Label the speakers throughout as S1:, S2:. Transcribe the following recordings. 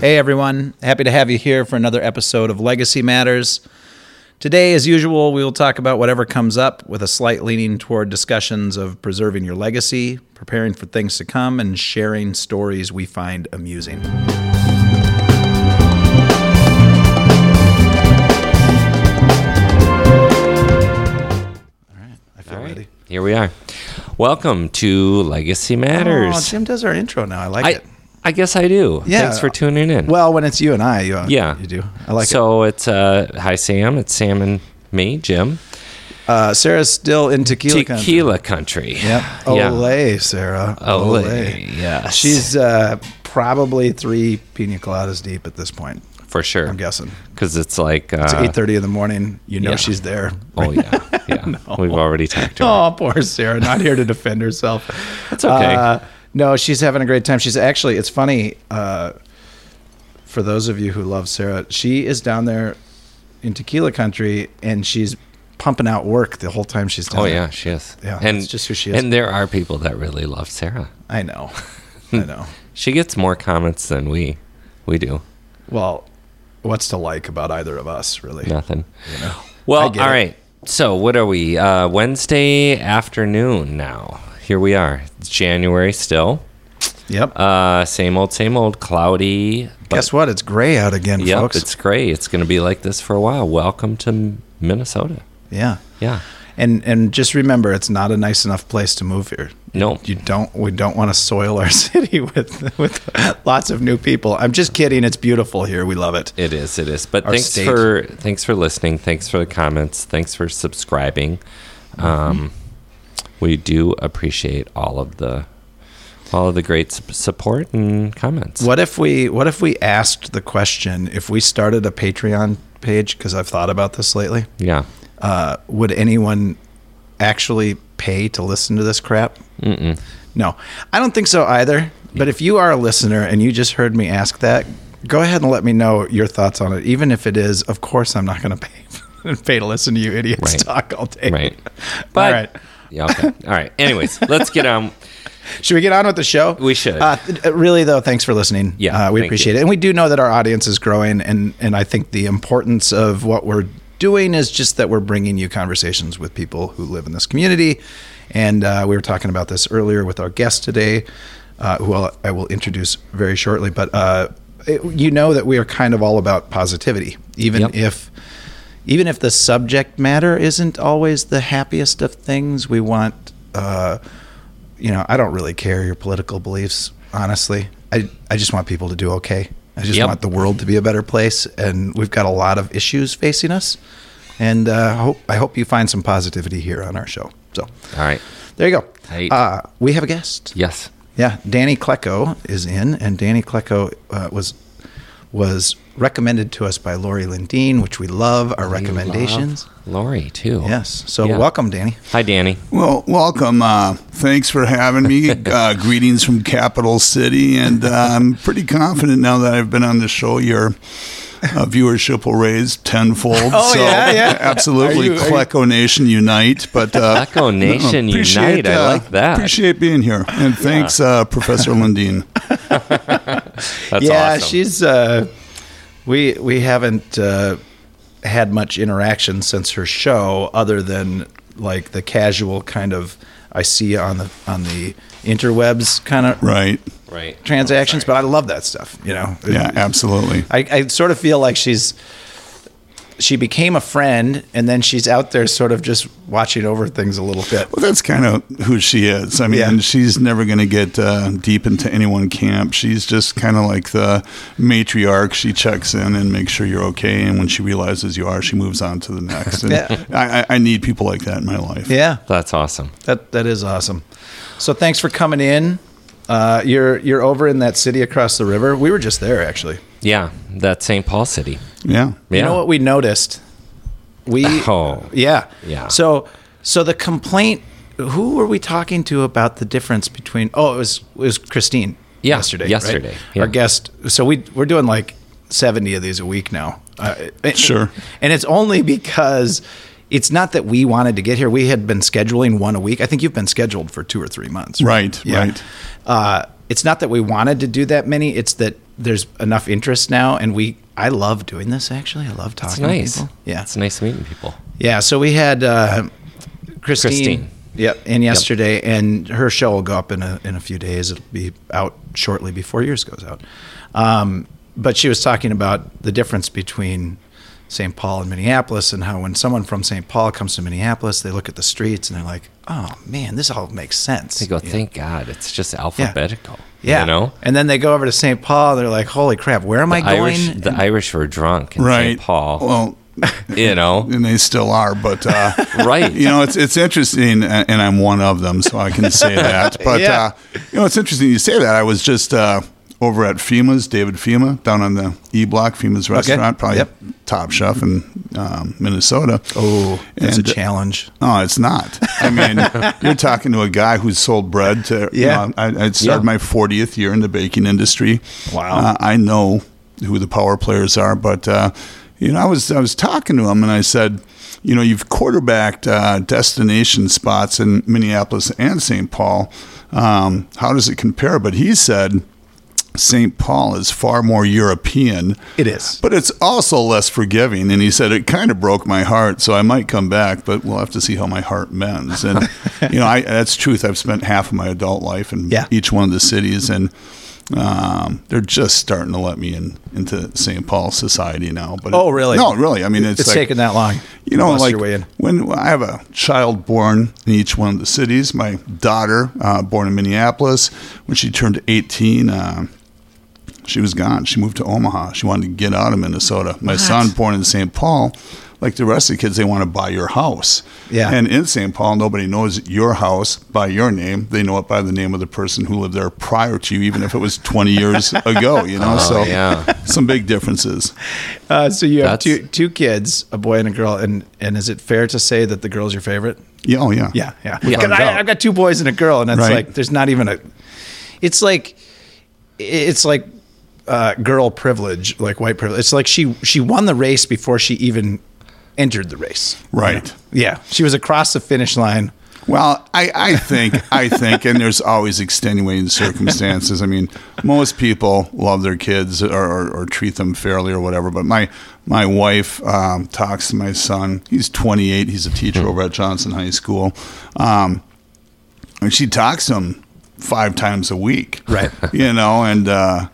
S1: Hey everyone, happy to have you here for another episode of Legacy Matters. Today, as usual, we will talk about whatever comes up with a slight leaning toward discussions of preserving your legacy, preparing for things to come, and sharing stories we find amusing. I feel
S2: All right,
S1: ready.
S2: here we are. Welcome to Legacy
S1: Oh,
S2: Matters.
S1: Jim does our intro now. I like
S2: I,
S1: it.
S2: I guess I do.
S1: Yeah.
S2: Thanks for tuning in.
S1: Well, when it's you and I, you, uh,
S2: yeah,
S1: you do. I like it.
S2: so it's uh, hi Sam. It's Sam and me, Jim.
S1: Uh, Sarah's still in tequila. country.
S2: Tequila country.
S1: Yep.
S2: Yeah.
S1: Olay, Sarah.
S2: Olay, yes.
S1: She's uh, probably three pina coladas deep at this point.
S2: for sure.
S1: I'm guessing
S2: because it's like uh,
S1: it's 8:30 in the morning. You know
S2: yeah.
S1: she's there.
S2: Oh yeah, yeah. We've already talked to her.
S1: Oh, poor Sarah. Not here to defend herself.
S2: That's okay.
S1: Uh, no, she's having a great time. She's actually. It's funny. Uh, for those of you who love Sarah, she is down there in tequila country, and she's pumping out work the whole time she's down
S2: oh
S1: there.
S2: yeah, she is.
S1: Yeah,
S2: and
S1: it's just who she is.
S2: And there are people that really love Sarah.
S1: I know. I know.
S2: She gets more comments than we we do.
S1: Well, what's to like about either of us, really?
S2: Nothing.
S1: I
S2: Well, all
S1: get
S2: right.
S1: it.
S2: So what are we? Uh, Wednesday afternoon now. Here we are. It's January still.
S1: Yep.
S2: Uh, same old, same old. Cloudy. But
S1: Guess what? It's gray out again,
S2: yep,
S1: folks.
S2: it's gray. It's going to be like this for a while. Welcome to M- Minnesota.
S1: yeah.
S2: Yeah.
S1: And and just remember, it's not a nice enough place to move here.
S2: No.
S1: You don't. We don't want to soil our city with with lots of new people. I'm just kidding. It's beautiful here. We love it.
S2: It is. It is. But
S1: Our
S2: thanks
S1: state.
S2: for thanks for listening. Thanks for the comments. Thanks for subscribing.
S1: Mm-hmm.
S2: Um, we do appreciate all of the all of the great sup- support and comments.
S1: What if we What if we asked the question? If we started a Patreon page, because I've thought about this lately,
S2: Yeah.
S1: uh, would anyone actually pay to listen to this crap?
S2: Mm-mm.
S1: No, I don't think so either. But if you are a listener and you just heard me ask that, go ahead and let me know your thoughts on it. Even if it is, of course, I'm not going to pay pay to listen to you idiots
S2: Right.
S1: talk all day.
S2: Right. But
S1: all right.
S2: yeah, okay. All right. Anyways, let's get um, on.
S1: Should we get on with the show?
S2: We should.
S1: Uh, th- uh, really, though, thanks for listening.
S2: Yeah,
S1: uh, we
S2: thank
S1: appreciate
S2: you.
S1: it, and we do know that our audience is growing, and and I think the importance of what we're doing is just that we're bringing you conversations with people who live in this community, and uh, we were talking about this earlier with our guest today, uh, who I'll, I will introduce very shortly, but. Uh, it, you know that we are kind of all about positivity, even
S2: Yep.
S1: if even if the subject matter isn't always the happiest of things, we want, uh, you know, I don't really care your political beliefs, honestly. I, I just want people to do okay. I just
S2: Yep.
S1: want the world to be a better place. And we've got a lot of issues facing us. And uh, I, hope, I hope you find some positivity here on our show. So
S2: All right.
S1: there you go.
S2: Hey.
S1: Uh, we have a guest.
S2: Yes.
S1: Yeah, Danny Klecko is in, and Danny Klecko uh, was was recommended to us by Lori Lindeen, which we love our recommendations.
S2: Love Lori too.
S1: Yes, so
S2: Yeah.
S1: welcome, Danny.
S2: Hi, Danny.
S3: Well, welcome. Uh, thanks for having me. Uh, greetings from Capital City, and uh, I'm pretty confident now that I've been on the show. Your uh, viewership will raise tenfold.
S1: Oh,
S3: so
S1: yeah, yeah.
S3: absolutely.
S1: Are you- are you-
S3: Klecko Nation unite, but uh,
S2: Echo Nation
S3: appreciate,
S2: Unite. I
S3: uh,
S2: like that.
S3: Appreciate being here, and thanks, uh, Professor Lindeen.
S2: That's
S1: yeah,
S2: awesome.
S1: she's uh, we we haven't uh, had much interaction since her show, other than like the casual kind of I see you on the on the interwebs kind of
S3: Right?
S2: right.
S1: transactions. but I love that stuff. You know,
S3: Yeah, absolutely.
S1: I, I sort of feel like she's she became a friend and then she's out there sort of just watching over things a little bit.
S3: Well, that's kind of who she is. I mean,
S1: Yeah.
S3: she's never going to get uh, deep into any one camp. She's just kind of like the matriarch. She checks in and makes sure you're okay. And when she realizes you are, she moves on to the next. And
S1: Yeah.
S3: I, I, I need people like that in my life.
S1: Yeah,
S2: That's awesome.
S1: that that is awesome. So thanks for coming in. Uh, you're you're over in that city across the river. We were just there actually.
S2: Yeah, that's St. Paul City.
S3: Yeah.
S2: Yeah.
S1: You know what we noticed? We
S2: Oh.
S1: yeah
S2: Yeah.
S1: So so the complaint. Who were we talking to about the difference between? Oh, it was it was Christine.
S2: Yeah,
S1: yesterday. right?
S2: yesterday, yeah.
S1: Our guest. So we we're doing like seventy of these a week now. Uh, and-
S3: Sure.
S1: And it's only because it's not that we wanted to get here. We had been scheduling one a week. I think you've been scheduled for two or three months.
S3: Right, right.
S1: Uh, it's not that we wanted to do that many. It's that there's enough interest now, and we I love doing this. Actually, I love talking
S2: It's nice.
S1: to people. Yeah,
S2: It's nice meeting people.
S1: yeah. So we had uh, Christine.
S2: Christine.
S1: Yep, and yesterday, and her show will go up in a in a few days. It'll be out shortly before yours goes out. Um, but she was talking about the difference between St. Paul and Minneapolis, and how when someone from St. Paul comes to Minneapolis, they look at the streets and they're like, "Oh man, this all makes sense."
S2: They go,
S1: You know?
S2: thank God, it's just alphabetical.
S1: Yeah.
S2: You know?
S1: And then they go over to St. Paul. They're like, holy crap, where am I going?
S2: Irish, the Irish were drunk in
S3: right?
S2: St. Paul.
S3: Well,
S2: you know?
S3: and they still are, but uh,
S2: Right.
S3: You know, it's it's interesting, uh, and I'm one of them, so I can say that. But
S1: Yeah.
S3: uh, you know, it's interesting you say that. I was just uh, over at FEMA's, David FEMA, down on the E Block, FEMA's restaurant, probably
S1: Yep.
S3: top chef in um, Minnesota.
S1: oh, that's
S3: And- uh,
S1: a challenge.
S3: No, it's not. I mean, you're talking to a guy who's sold bread to. you
S1: Yeah.
S3: know, I, I started
S2: Yeah.
S3: my 40th year in the baking industry.
S1: Wow.
S3: Uh, I know who the power players are, but uh, you know, I was I was talking to him and I said, you know, you've quarterbacked uh, destination spots in Minneapolis and St. Paul. Um, how does it compare? But he said. St. Paul is far more European.
S1: It is.
S3: But it's also less forgiving. And he said, it kind of broke my heart, so I might come back, but we'll have to see how my heart mends. And, you know, I, that's truth. I've spent half of my adult life in
S1: Yeah.
S3: each one of the cities, and um, they're just starting to let me in into St. Paul society now. But
S1: Oh, really?
S3: No, really. I mean, it's,
S1: It's,
S3: like,
S1: taken that long.
S3: you know,
S1: Bust
S3: like
S1: your way in.
S3: when I have a child born in each one of the cities, my daughter, uh, born in Minneapolis, when she turned 18, uh, she was gone. She moved to Omaha. She wanted to get out of Minnesota. My son, born in St. Paul, like the rest of the kids, they want to buy your house.
S1: Yeah.
S3: And in St. Paul, nobody knows your house by your name. They know it by the name of the person who lived there prior to you, even if it was 20 years ago, you know?
S2: Oh,
S3: so,
S2: yeah.
S3: some big differences.
S1: Uh, so you have
S2: That's-
S1: two two kids, a boy and a girl, and and is it fair to say that the girl's your favorite?
S3: Yeah, oh, yeah.
S1: Yeah, yeah.
S2: Without
S1: 'Cause
S2: a
S1: I,
S2: doubt.
S1: I've got two boys and a girl, and it's
S3: Right.
S1: like there's not even a. It's like, it's like, uh, girl privilege, like white privilege. It's like she she won the race before she even entered the race.
S3: Right.
S1: Yeah, she was across the finish line.
S3: Well, I, I think I think, and there's always extenuating circumstances. I mean, most people love their kids or, or, or treat them fairly or whatever. But my my wife um, talks to my son. He's 28. He's a teacher over at Johnson High School. Um, and she talks to him five times a week.
S1: Right.
S3: You know, and uh,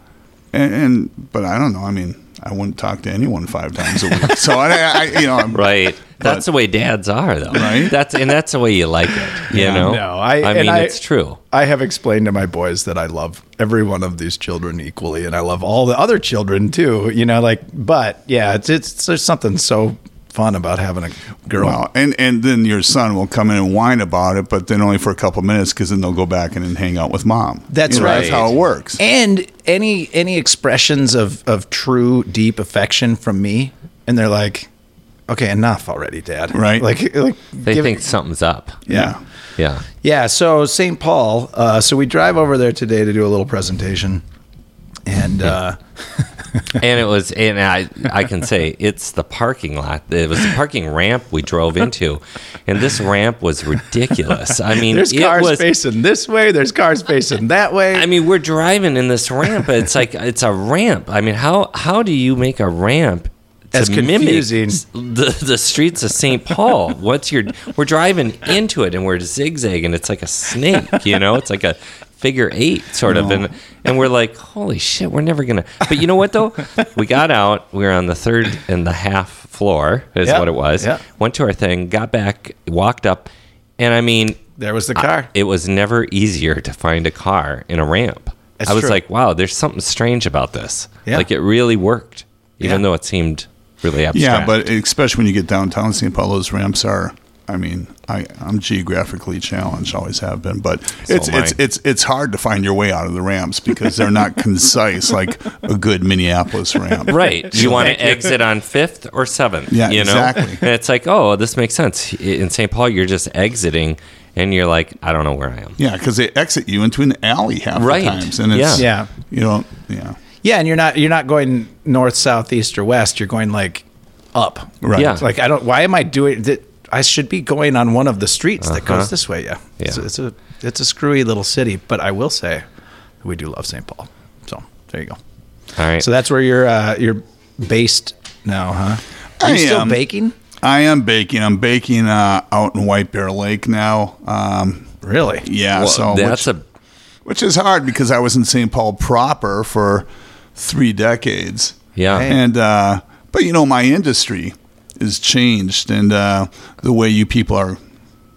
S3: and, and but I don't know. I mean, I wouldn't talk to anyone five times a week. So I, I you know, I'm,
S2: Right. That's the way dads are, though.
S3: Right?
S2: That's and that's the way you like it. You know.
S1: No, I-
S2: I
S1: and
S2: mean,
S1: I-
S2: it's true.
S1: I have explained to my boys that I love every one of these children equally, and I love all the other children too. You know, like, but yeah, it's it's there's something so fun about having a girl.
S3: Well, and and then your son will come in and whine about it, but then only for a couple minutes because then they'll go back and, and hang out with mom.
S1: That's
S3: That's
S1: right.
S3: how it works.
S1: And any any expressions of of true deep affection from me, and they're like, okay, enough already, Dad.
S3: Right.
S1: Like, like
S2: They think something's up.
S1: yeah.
S2: Yeah.
S1: Yeah, so St. Paul. Uh, so we drive over there today to do a little presentation, and uh,
S2: And it was, and I, I can say it's the parking lot. It was the parking ramp we drove into, and this ramp was ridiculous. I mean,
S1: there's
S2: it
S1: cars
S2: was.
S1: facing this way. There's cars facing that way.
S2: I mean, we're driving in this ramp. but It's like it's a ramp. I mean, how how do you make a ramp to
S1: That's
S2: mimic
S1: confusing.
S2: s- the the streets of St. Paul? What's your? We're driving into it and we're zigzagging. It's like a snake, you know. It's like a figure eight sort of, and and we're like, holy shit, we're never gonna. But you know what though? We got out. We were on the third and the half floor is
S1: Yeah,
S2: what it was.
S1: yeah.
S2: Went to our thing, got back, walked up, and I mean,
S1: there was the car.
S2: it was never easier to find a car in a ramp.
S1: That's
S2: I was
S1: true.
S2: like, wow, there's something strange about this.
S1: Yeah.
S2: Like it really worked, even
S1: Yeah.
S2: though it seemed really abstract.
S3: Yeah, but especially when you get downtown St. Paul, those ramps are. I mean, I, I'm geographically challenged, always have been, but it's
S2: am I.
S3: it's it's it's hard to find your way out of the ramps because they're not concise like a good Minneapolis ramp.
S2: right, you want to exit on Fifth or Seventh.
S3: Yeah,
S2: you know?
S3: exactly.
S2: And it's like, oh, this makes sense. In St. Paul, you're just exiting, and you're like, I don't know where I am.
S3: Yeah, because they exit you into an alley half
S2: Right.
S3: the times, and it's
S1: Yeah.
S3: you know, yeah,
S1: Yeah, and you're not you're not going north, south, east, or west. You're going like up.
S3: right.
S2: Yeah.
S1: Like I don't. Why am I doing that? I should be going on one of the streets that
S2: Uh-huh.
S1: goes this way. Yeah. It's,
S2: Yeah.
S1: it's a it's a screwy little city, but I will say, we do love St. Paul. So there you go.
S2: All right.
S1: So that's where you're uh, you're based now, huh? Are you
S3: I
S1: still
S3: am.
S1: baking?
S3: I am baking. I'm baking uh, out in White Bear Lake now. Um,
S1: Really?
S3: yeah,
S2: Well,
S3: so
S2: that's
S3: which,
S2: a
S3: which is hard because I was in St. Paul proper for three decades.
S2: yeah.
S1: Hey.
S3: and uh, but you know my industry is changed and uh, the way you people are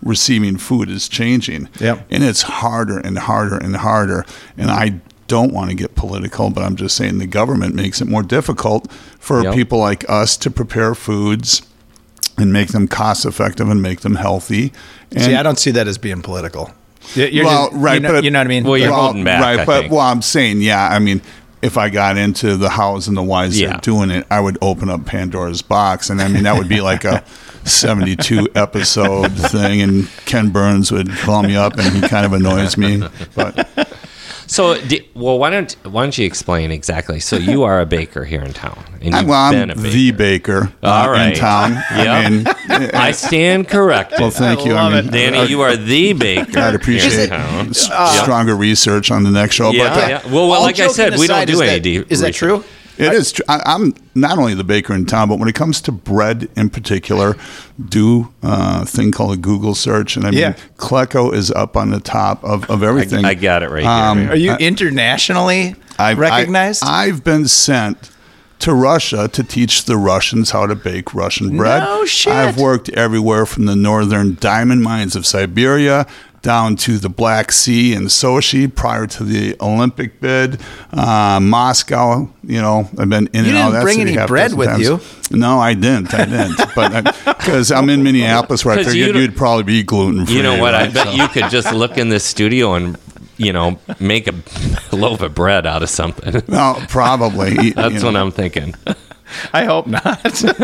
S3: receiving food is changing
S1: Yep.
S3: and it's harder and harder and harder and i don't want to get political but i'm just saying the government makes it more difficult for
S2: Yep.
S3: people like us to prepare foods and make them cost effective and make them healthy and
S1: See, I don't see that as being political. You're- you're
S3: Well,
S1: just-
S3: right,
S1: You know,
S3: but-
S1: you know what I mean?
S2: Well, you're
S1: Like,
S3: Well,
S2: holding back,
S3: Right,
S2: I
S3: but
S2: think.
S3: well, I'm saying, yeah. I mean, if I got into the hows and the whys
S2: Yeah.
S3: they're doing it, I would open up Pandora's box, and I mean that would be like a 72 episode thing, and Ken Burns would call me up, and he kind of annoys me, but
S2: So, di well, why don't why don't you explain exactly? So, you are a baker here in town, and
S3: I,
S2: you've
S3: well, I'm
S2: been a baker.
S3: the baker uh,
S2: All right.
S3: in town. I
S2: Yep.
S3: mean,
S2: I stand corrected.
S3: well, thank
S1: I
S3: you.
S1: love
S3: I mean, uh,
S1: it.
S2: Danny, you are the baker.
S3: I'd
S2: here in
S3: appreciate
S2: town.
S3: s- stronger research on the next show,
S2: Yeah,
S3: but uh,
S2: yeah. Well, well
S1: all
S2: like I
S1: joking
S2: said, we don't
S1: aside,
S2: do
S1: is
S2: any
S1: that-
S2: deep
S1: Is that
S2: research.
S1: true?
S3: It is true. I, I'm not only the baker in town, but when it comes to bread in particular, do uh, a thing called a Google search. And I mean,
S1: Yeah.
S3: Klecko is up on the top of, of everything. Um,
S2: I got it right here.
S1: Are you internationally
S3: I've-
S1: recognized?
S3: Uh, I, have been sent to Russia to teach the Russians how to bake Russian bread.
S1: No shit.
S3: I've worked everywhere from the northern diamond mines of Siberia down to the Black Sea and Sochi prior to the Olympic bid, uh, Moscow. You know, I've been in
S1: You
S3: and out.
S1: didn't
S3: of that
S1: bring
S3: city
S1: any
S3: half
S1: bread
S3: dozen
S1: with
S3: times.
S1: you.
S3: No, I didn't. I didn't. But because I'm in Minneapolis, where I
S2: 'Cause
S3: figured
S2: you-
S3: you would probably be gluten free.
S2: You know what? I bet you could just look in this studio and you know make a loaf of bread out of something.
S3: No, probably.
S2: That's what I'm thinking.
S1: I hope not.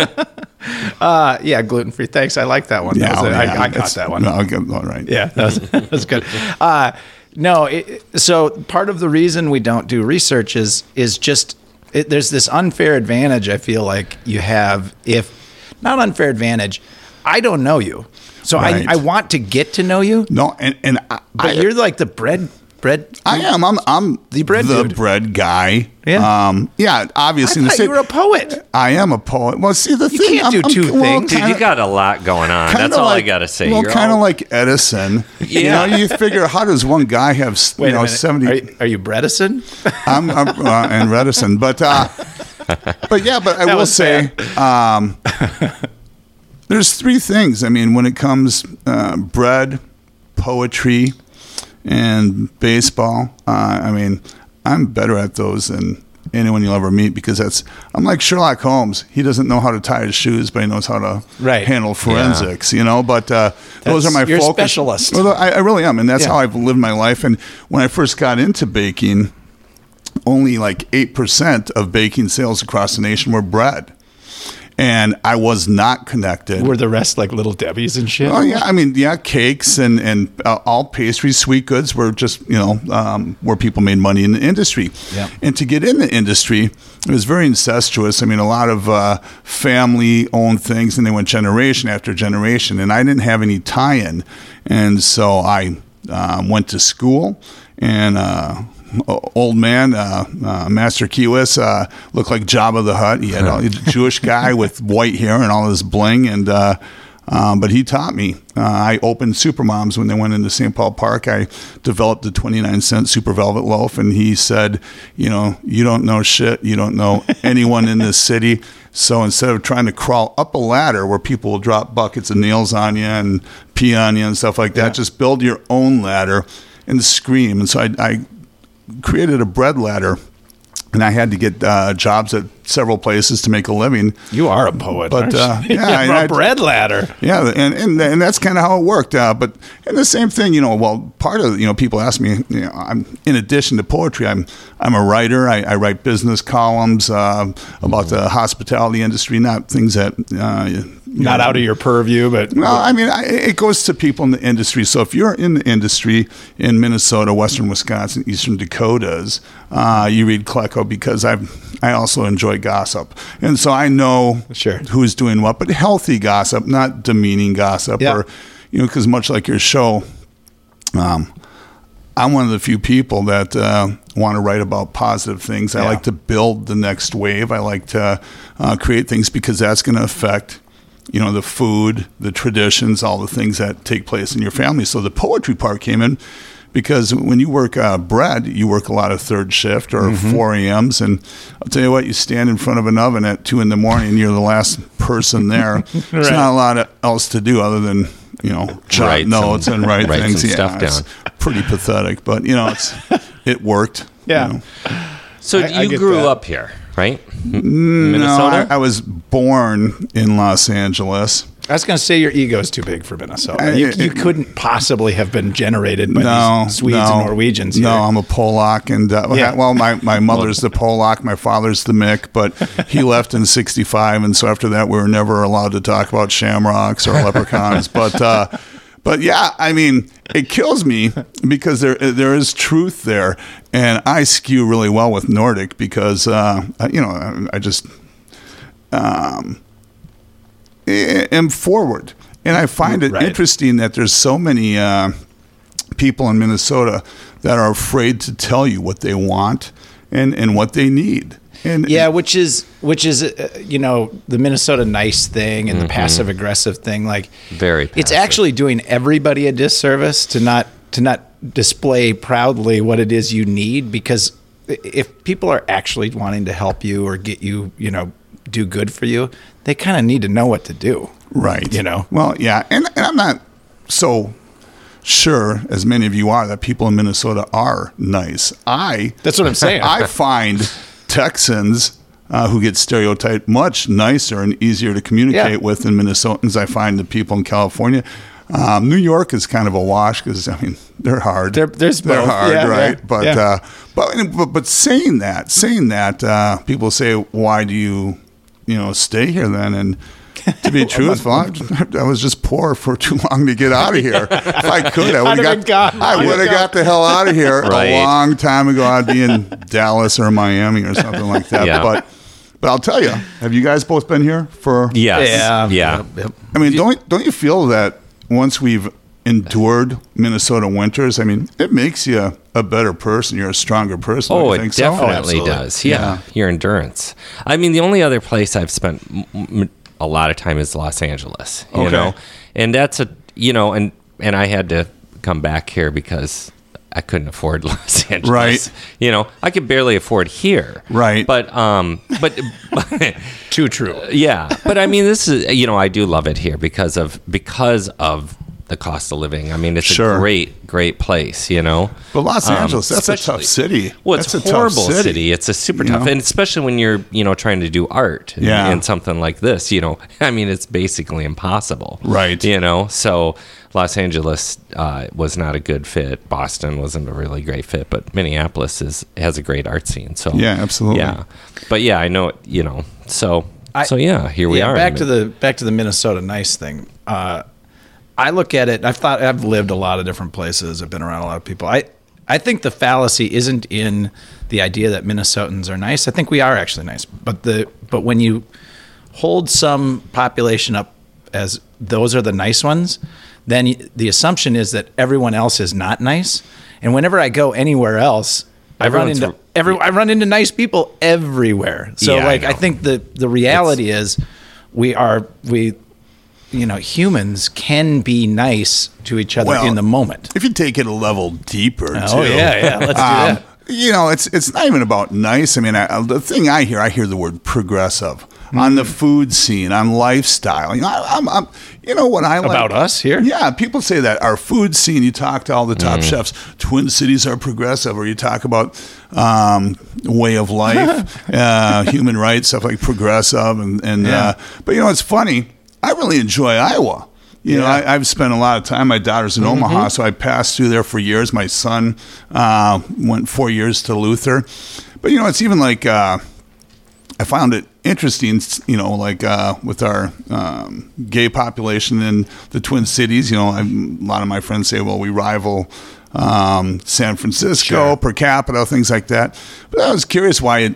S1: uh, yeah, gluten free. Thanks. I like that one. That was it. I, I got
S3: oh, it's-
S1: that one.
S3: No, okay, all right.
S1: Yeah, that was, that was good. Uh, no, it, so part of the reason we don't do research is is just it, there's this unfair advantage I feel like you have if not unfair advantage. I don't know you, so
S3: Right.
S1: I, I want to get to know you,
S3: No, and and I,
S1: but
S3: I,
S1: you're like the bread bread.
S3: I am. I'm I'm the
S1: bread
S3: the
S1: dude.
S3: bread guy.
S1: Yeah.
S3: Um. Yeah.
S1: I
S3: Obviously, in the
S1: thought
S3: same-
S1: you were a poet.
S3: I am a poet. Well, see the thing.
S1: can't
S3: I'm,
S1: do
S3: I'm-
S1: two
S3: well,
S1: things.
S2: Dude, you
S3: kinda-
S2: got a lot going on.
S3: kinda
S2: That's all I
S3: like-
S2: gotta say.
S3: Well,
S2: You're
S3: kind
S2: all-
S3: of like Edison.
S2: Yeah.
S3: You know, you figure how does one guy have s- you
S1: Wait a
S3: know
S1: minute.
S3: seventy?
S1: Are you, are you Bredesen?
S3: I'm, I'm uh, and reticent, but uh, but yeah, but I will
S1: was
S3: say um, there's three things. I mean, when it comes uh, bread, poetry, and baseball. Uh, I mean, I'm better at those than anyone you'll ever meet because that's I'm like Sherlock Holmes. He doesn't know how to tie his shoes, but he knows how to
S1: Right.
S3: handle forensics. You know, but uh, those are
S1: That's-
S3: my
S1: you're a
S3: focus.
S1: specialist.
S3: Well, I, I really am, and that's
S1: Yeah.
S3: how I've lived my life. And when I first got into baking only like 8% of baking sales across the nation were bread. And I was not connected.
S1: Were the rest like little Debbie's and shit?
S3: Oh yeah, I mean yeah, cakes and and uh, all pastries, sweet goods were just you know um, where people made money in the industry.
S1: Yeah.
S3: And to get in the industry, it was very incestuous. I mean, a lot of uh, family-owned things, and they went generation after generation. And I didn't have any tie-in, and so I um, went to school and. Uh, o- Old man, uh, uh, Master Kiwis, uh, looked like Jabba the Hutt. He had all, he's a Jewish guy with white hair and all this bling, and uh, um, but he taught me. Uh, I opened Supermoms when they went into St. Paul Park. I developed the 29 cent super velvet loaf, and he said, You know, you don't know shit. You don't know anyone in this city. So instead of trying to crawl up a ladder where people will drop buckets of nails on you and pee on you and stuff like that, just build your own ladder and scream. And so I, I created a bread ladder. And I had to get uh, jobs at several places to make a living.
S1: You are a poet,
S3: But,
S1: aren't
S3: uh,
S1: you?
S3: yeah,
S1: You're
S3: and
S1: a
S3: I-
S1: bread ladder.
S3: Yeah, and, and and that's kind of how it worked. Uh, but and the same thing, you know. Well, part of you know, people ask me. You know, I'm in addition to poetry, I'm I'm a writer. I, I write business columns uh, about the hospitality industry, not things that uh, you
S1: Not
S3: know,
S1: out of your purview, but
S3: well, I mean, I, it goes to people in the industry. So if you're in the industry in Minnesota, Western Wisconsin, Eastern Dakotas, uh, you read Klecko because I I also enjoy gossip, and so I know
S1: Sure.
S3: who's doing what, but healthy gossip, not demeaning gossip,
S1: Yeah.
S3: or you know, because much like your show. Um, I'm one of the few people that uh, want to write about positive things. I
S1: Yeah.
S3: like to build the next wave. I like to uh, create things because that's going to affect, you know, the food, the traditions, all the things that take place in your family. So the poetry part came in because when you work uh, bread, you work a lot of third shift or
S2: Mm-hmm.
S3: 4 a.m.s. And I'll tell you what, you stand in front of an oven at 2 in the morning, you're the last person there. There's not a lot else to do other than, you know, jot
S2: Write some-
S3: notes and write,
S2: write
S3: things.
S2: some stuff
S3: it's
S2: down.
S3: Pretty pathetic, but you know, it's it worked.
S4: Yeah.
S3: you know.
S2: So
S4: I- I
S2: you
S4: get
S2: grew
S4: that.
S2: up here, right?
S3: No,
S2: Minnesota?
S3: I, I was born in Los Angeles.
S1: I was going to say your ego is too big for Minnesota. you,
S3: I-
S1: you couldn't possibly have been generated by
S3: Uh, No,
S1: these Swedes
S3: no.
S1: and Norwegians.
S3: No,
S1: here.
S3: I'm a Polak, and uh,
S1: Yeah.
S3: well, my, my mother's the Polak, my father's the Mick, but he left in '65, and so after that, we were never allowed to talk about shamrocks or leprechauns. but uh, but yeah, I mean, it kills me because there there is truth there, and I skew really well with Nordic because uh, you know I, I just I- am forward. And I find it
S1: Right.
S3: interesting that there's so many uh, people in Minnesota that are afraid to tell you what they want and, and what they need. And
S1: Yeah, which is which is uh, you know the Minnesota nice thing and the passive aggressive thing. Like
S2: Mm-hmm. Very
S1: it's
S2: passive.
S1: actually doing everybody a disservice to not to not display proudly what it is you need because i- if people are actually wanting to help you or get you you know do good for you, they kind of need to know what to do.
S3: Right.
S1: You know.
S3: Well, yeah. And, and I'm not so sure, as many of you are, that people in Minnesota are nice. I.
S1: That's what I'm saying.
S3: I find Texans uh, who get stereotyped much nicer and easier to communicate
S1: Yeah.
S3: with than Minnesotans. I find the people in California. Um, New York is kind of a wash because I mean they're hard.
S1: They're- there's both.
S3: hard,
S1: Yeah,
S3: right?
S1: yeah,
S3: But,
S1: yeah.
S3: Uh, but but but saying that, saying that, uh, people say, "Why do you, you know, stay here then?" And to be truthful, I, I was just poor for too long to get out of here. If I could, I
S1: I'd
S3: would have
S1: have
S3: got,
S1: been gone.
S3: I
S1: I'd
S3: would have
S1: have
S3: got the hell out of here
S2: Right.
S3: a long time ago. I'd be in Dallas or Miami or something like that.
S2: Yeah.
S3: But but I'll tell you, have you guys both been here for?
S2: Yes.
S1: Yeah.
S2: Yeah.
S3: I mean, don't don't you feel that once we've endured Minnesota winters, I mean, it makes you a better person. You're a stronger person.
S2: Oh,
S3: don't you
S2: it
S3: think so?
S2: definitely
S1: absolutely.
S2: does. Yeah. Your endurance. I mean, the only other place I've spent m- m- a lot of time is Los Angeles, you
S3: Okay.
S2: know? And that's a, you know, and, and I had to come back here because I couldn't afford Los Angeles.
S3: Right.
S2: You know, I could barely afford here.
S3: Right.
S2: But, um, but,
S1: Too true.
S2: yeah but i mean this is you know i do love it here because of because of the cost of living i mean it's
S3: Sure.
S2: a great great place you know
S3: But Los
S2: Um,
S3: Angeles, that's a
S2: especially-
S3: tough city.
S2: well it's
S3: that's
S2: a horrible city. it's a super
S3: you
S2: tough
S3: know?
S2: and especially when you're you know trying to do art and,
S3: Yeah.
S2: and something like this you know i mean it's basically impossible
S3: Right.
S2: you know so los angeles uh, was not a good fit boston wasn't a really great fit but minneapolis is has a great art scene so
S3: Yeah, absolutely.
S2: yeah but yeah i know it you know so
S1: I-
S2: so yeah here we
S1: yeah,
S2: are
S1: Back to the back to the Minnesota nice thing. Uh, I look at it. I've thought. I've lived a lot of different places. I've been around a lot of people. I I think the fallacy isn't in the idea that Minnesotans are nice. I think we are actually nice. But the but when you hold some population up as those are the nice ones, then y- the assumption is that everyone else is not nice. And whenever I go anywhere else, I
S2: Everyone's
S1: run
S2: r-
S1: into every I run into nice people everywhere. So
S2: Yeah, I
S1: like I,
S2: know.
S1: think the the reality is we are we you know humans can be nice to each other
S3: Well,
S1: in the moment.
S3: If you take it a level deeper,
S1: Oh
S3: too,
S1: yeah, yeah. Let's do
S3: um,
S1: that.
S3: you know, it's it's not even about nice. I mean, I, the thing I hear, I hear the word progressive on
S2: Mm.
S3: the food scene, on lifestyle. You know, I, I'm, I'm, you know what I like
S1: About us here? Mm.
S3: Yeah, people say that our food scene. You talk to all the top chefs. Twin Cities are progressive, or you talk about um, way of life, uh, human rights, stuff like progressive, and and uh, but you know, it's funny. I really enjoy Iowa. You know,
S1: Yeah. Mm-hmm.
S3: I, I've spent a lot of time. My daughter's in Omaha, so I passed through there for years. My son uh, went four years to Luther, but you know, it's even like uh, I found it interesting. s- You know, like uh, with our um, gay population in the Twin Cities, you know, i a lot of my friends say, "Well, we rival." Um, San Francisco
S1: Sure.
S3: per capita, things like that. But I was curious why it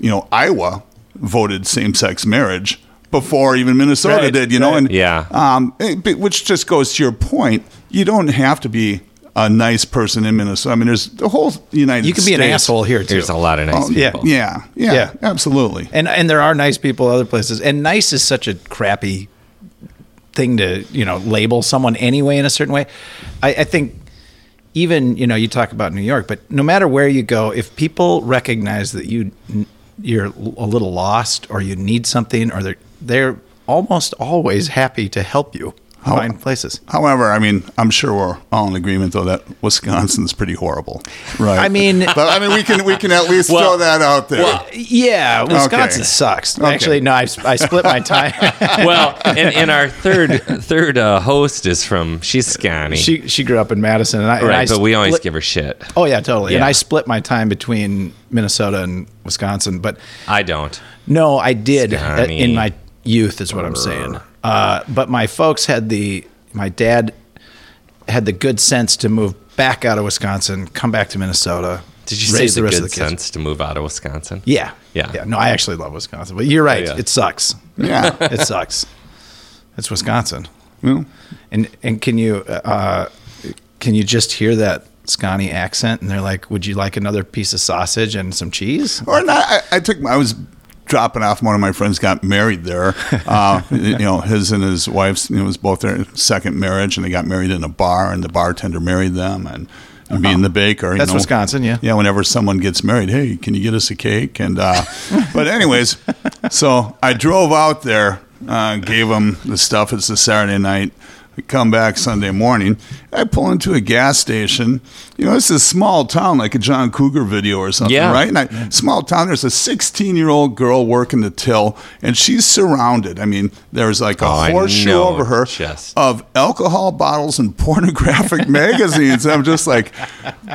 S3: you know, Iowa voted same-sex marriage before even Minnesota
S1: Right,
S3: did, you know,
S1: right.
S3: and eh,
S2: Yeah.
S3: um, it- but- which just goes to your point. You don't have to be a nice person in Minnesota. I mean, there's the whole United.
S1: You can be an
S3: States-
S1: asshole here too.
S2: There's a lot of nice
S3: Oh,
S2: people.
S3: yeah, yeah, yeah,
S1: Yeah.
S3: absolutely.
S1: and and there are nice people other places and nice is such a crappy thing to you know label someone anyway in a certain way i, I think even you know you talk about new york but no matter where you go if people recognize that you you're a little lost or you need something or they're they're almost always happy to help you
S3: How-
S1: find places
S3: However, I mean, I'm sure we're all in agreement, though, that Wisconsin's pretty horrible, right?
S1: I mean-
S3: but I mean, we can we can at least throw that out there.
S1: yeah wisconsin sucks
S3: Okay.
S1: actually no I, I split my time
S2: well, and, and our third third uh, host is from she's Scotty.
S1: she she grew up in madison and i, and I
S2: right, but we always
S1: split-
S2: give her shit.
S1: Oh yeah, totally. And
S2: Yeah.
S1: I split my time between Minnesota and Wisconsin, but
S2: I don't.
S1: no, I did uh,
S2: Scummy.
S1: in my youth is what I'm saying. Uh, but my folks had the my dad had the good sense to move back out of Wisconsin, come back to Minnesota.
S2: Did you say
S1: raise
S2: the,
S1: rest of
S2: good
S1: the kids.
S2: sense to move out of Wisconsin?
S1: Yeah.
S2: Yeah.
S1: Yeah. No, I actually love Wisconsin, but you're right.
S2: yeah.
S1: It sucks.
S3: Yeah.
S1: It sucks. It's Wisconsin.
S3: Well,
S1: And and can you uh, can you just hear that Scotty accent? And they're like, "Would you like another piece of sausage and some cheese?"
S3: or not. I, I took. I was dropping off. One of my friends got married there. Uh, you know, his and his wife's. It was both their second marriage, and they got married in a bar, and the bartender married them, and. And being the baker, you
S1: That's
S3: know.
S1: Wisconsin, yeah.
S3: Yeah, whenever someone gets married, hey, can you get us a cake? And uh, but anyways, so I drove out there, uh, gave them the stuff. It's a Saturday night. I come back Sunday morning. I pull into a gas station. You know, it's a small town, like a John Cougar video or something,
S2: Yeah.
S3: right? And I, small town. There's a 16 year old girl working the till, and she's surrounded. I mean, there's like a
S2: Oh, I
S3: horseshoe
S2: know,
S3: over her
S2: just-
S3: of alcohol bottles and pornographic magazines. I'm just like,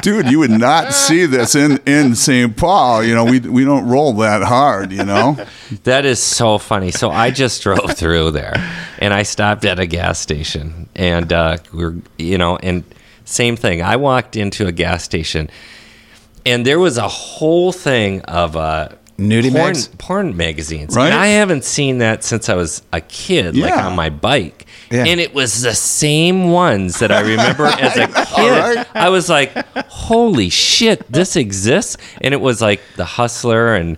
S3: dude, you would not see this in, in St. Paul. You know, we, we don't roll that hard, you know?
S2: That is so funny. So I just drove through there, and I stopped at a gas station, and uh, we're you know, and same thing. I walked into a gas station, and there was a whole thing of uh,
S1: Nudie
S2: porn,
S1: mags?
S2: porn magazines.
S3: Right.
S2: And I haven't seen that since I was a kid, like
S3: Yeah.
S2: on my bike.
S1: Yeah.
S2: And it was the same ones that I remember as a kid.
S3: right?
S2: I was like, "Holy shit, this exists!" And it was like The Hustler and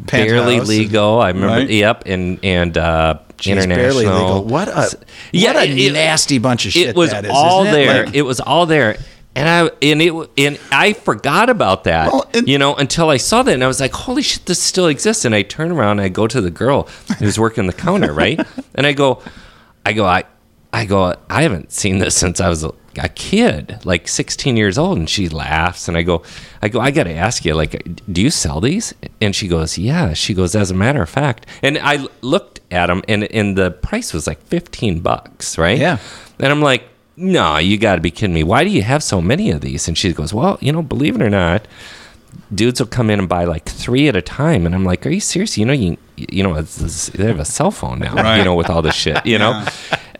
S2: barely
S1: Penthouse.
S2: legal. I remember.
S3: Right.
S2: Yep, and and uh,
S1: It's
S2: international.
S1: barely legal. What a
S2: Yeah,
S1: what a
S2: it- it-
S1: nasty bunch of shit
S2: It was
S1: that is,
S2: all
S1: isn't it?
S2: there.
S1: Like-
S2: it was all there. And I and it w- and I forgot about that,
S3: Well, and-
S2: you know, until I saw that, and I was like, "Holy shit, this still exists!" And I turn around, and I go to the girl who's working the counter, right? And I go, I go, I, I go, I haven't seen this since I was a, a kid, like 16 years old. And she laughs, and I go, I go, I got to ask you, like, do you sell these? And she goes, Yeah. She goes, As a matter of fact, and I l- looked at them, and and the price was like 15 bucks, right?
S1: Yeah.
S2: And I'm like, no, you got to be kidding me. Why do you have so many of these? And she goes, well, you know, believe it or not, dudes will come in and buy like three at a time. And I'm like, are you serious? You know, you, you know, it's, it's- they have a cell phone now,
S3: Right.
S2: you know, with all this shit, you know?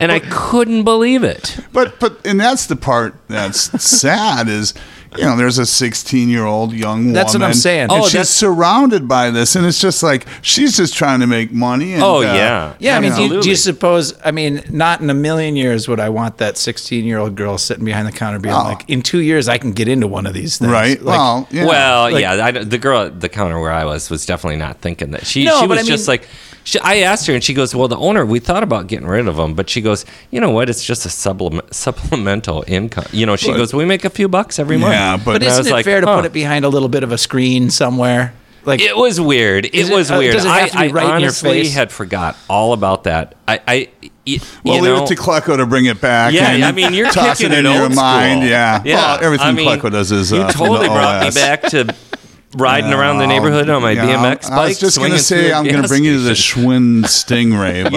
S2: And I couldn't believe it.
S3: But, but, and that's the part that's sad is, you know, there's a 16 year old young woman.
S1: That's what I'm saying.
S3: And
S1: Oh,
S3: she's
S2: that's-
S3: surrounded by this, and it's just like, she's just trying to make money. And,
S2: Oh,
S3: uh,
S2: yeah.
S1: yeah, I mean, do you, do
S2: Absolutely.
S1: you suppose? I mean, not in a million years would I want that 16 year old girl sitting behind the counter being
S3: Oh.
S1: like, "In two years, I can get into one of these things."
S3: Right.
S1: Like,
S3: well, yeah.
S2: Well,
S1: Like-
S2: yeah, I, don't- the girl at the counter where I was was definitely not thinking that. She
S1: No,
S2: she
S1: but
S2: was
S1: I
S2: just
S1: mean-
S2: like, she, I asked her, and she goes, "Well, the owner, we thought about getting rid of them, but she goes, you know what? It's just a supplement, supplemental income. You know, she
S3: But-
S2: goes, we make a few bucks every month.
S3: Yeah, but-
S1: but
S2: And I
S1: isn't
S2: was
S1: it
S2: like,
S1: fair to
S2: huh.
S1: put it behind a little bit of a screen somewhere? Like,
S2: It was weird. It
S1: Is it-
S2: was
S1: uh,
S2: weird.
S1: does it have to be
S2: I,
S1: right in
S2: I
S1: your
S2: honestly
S1: face?
S2: had forgot all about that. I, I y-
S3: Well,
S2: you
S3: leave
S2: know-
S3: it to Klecko to bring it back.
S2: Yeah,
S3: and
S2: I mean, you're
S3: toss
S2: kicking
S3: it in
S2: it
S3: your
S2: old
S3: mind.
S2: school.
S3: Yeah,
S2: Yeah,
S3: Well, everything
S2: I mean,
S3: Klecko does is
S2: you
S3: uh, from
S2: totally
S3: the
S2: brought me
S3: OS.
S2: back to riding around the
S3: Um,
S2: neighborhood on my
S3: yeah,
S2: BMX bike.
S3: I was just gonna
S2: swinging through
S3: say
S2: a
S3: I'm gonna
S2: gas
S3: bring you to the
S2: station.
S3: Schwinn Stingray, but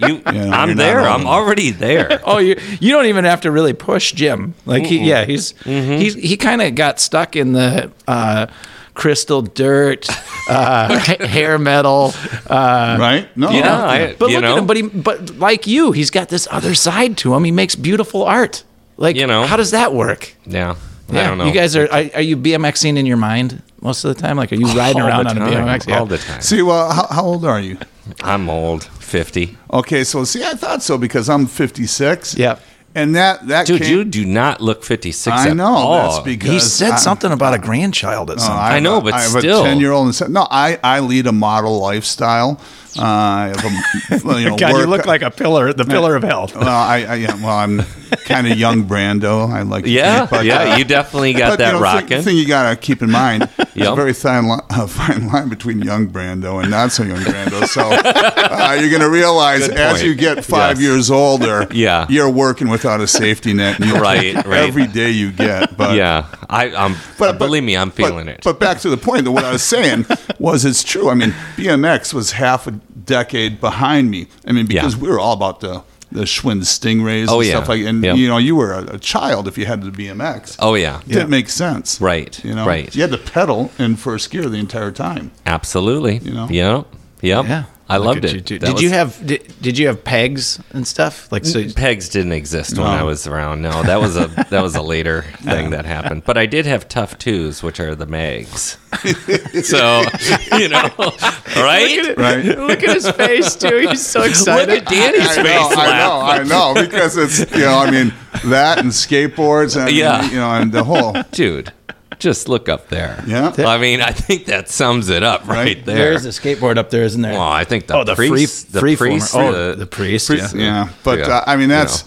S2: Yeah, you,
S3: know, you're
S2: I'm
S3: not
S2: there.
S3: old
S2: I'm
S3: enough.
S2: already there.
S1: oh, you you don't even have to really push Jim. Like, he, yeah, he's
S2: Mm-hmm.
S1: he's he kind of got stuck in the uh, crystal dirt, uh, ha- hair metal. Uh,
S3: right? No,
S2: Yeah, I-
S1: but
S2: you
S1: look
S2: know?
S1: at him. But he, but like you, he's got this other side to him. He makes beautiful art. Like,
S2: You know?
S1: how does that work?
S2: Yeah,
S1: Yeah,
S2: I don't know.
S1: You guys are, are are you BMXing in your mind most of the time? Like, are you riding
S2: all
S1: around
S2: the
S1: on
S2: time,
S1: a BMX?
S2: all the time.
S3: See, well, how, how old are you?
S2: I'm old, fifty.
S3: Okay, so see, I thought so because I'm 56.
S1: Yep.
S3: And that that
S2: Dude,
S3: came,
S2: you do not look 56
S3: I
S2: at
S3: know,
S2: all.
S3: that's because-
S1: He said
S3: I-
S1: something about a grandchild at some
S3: No,
S1: point.
S3: have
S2: I know,
S3: a-
S2: but
S3: I have
S2: still.
S3: a ten-year-old. and se- No, I, I lead a model lifestyle. Uh, I have a you know,
S1: God, you
S3: work-
S1: look like a pillar, the pillar of health.
S3: well, I, I yeah, well, I'm kind of young Brando. I like to
S2: yeah,
S3: keep, but,
S2: yeah,
S3: uh,
S2: you definitely
S3: but,
S2: got that
S3: you know, thing-
S2: rocking.
S3: thing you gotta keep in mind. There's a
S2: Yep.
S3: very fine, li- a fine line between young Brando and not so young Brando. So uh, you're gonna realize
S2: Good
S3: as
S2: point.
S3: you get five
S2: Yes.
S3: years older,
S2: Yeah.
S3: you're working without a safety net. And you
S2: Right,
S3: take
S2: right.
S3: Every day you get, but
S2: yeah, I, I'm.
S3: But- but-
S2: believe me, I'm feeling
S3: but,
S2: it.
S3: But back to the point that what I was saying was it's true. I mean, BMX was half a decade behind me. I mean, because
S2: Yeah.
S3: we were all about the the Schwinn Stingrays
S2: Oh,
S3: and
S2: yeah.
S3: stuff like and
S2: Yep.
S3: you know, you were a, a child if you had the BMX.
S2: oh yeah,
S3: It didn't make sense.
S2: Right,
S3: You know,
S2: right.
S3: You had to pedal in first gear the entire time.
S2: absolutely.
S3: know?
S2: Yep, yep.
S1: Yeah,
S2: I
S1: Look
S2: loved
S1: at
S2: it.
S1: you two.
S2: That
S4: did you
S2: was-
S4: have did, did you have pegs and stuff like so?
S2: pegs didn't exist when I was around? No, that was a that was a later thing that happened. But I did have tough twos, which are the mags. so you know, right?
S3: Right.
S4: Look at his face, too. He's so
S2: Look
S4: excited.
S2: at Danny's
S3: I
S2: face.
S3: know, I
S2: laugh.
S3: know, I know, because it's you know, I mean that and skateboards and
S2: Yeah.
S3: you know, and the whole
S2: dude. Just look up there.
S3: Yeah.
S2: I mean, I think that sums it up right,
S3: Right.
S2: there.
S4: There is a skateboard up there, isn't there?
S2: well, I think the
S4: oh, the
S2: priest,
S4: free,
S2: the
S4: free
S2: priest, uh,
S4: former-
S2: the,
S4: oh, the priest.
S2: priest,
S4: yeah.
S3: Yeah, but
S2: Yeah.
S3: Uh, I mean
S2: You
S3: that's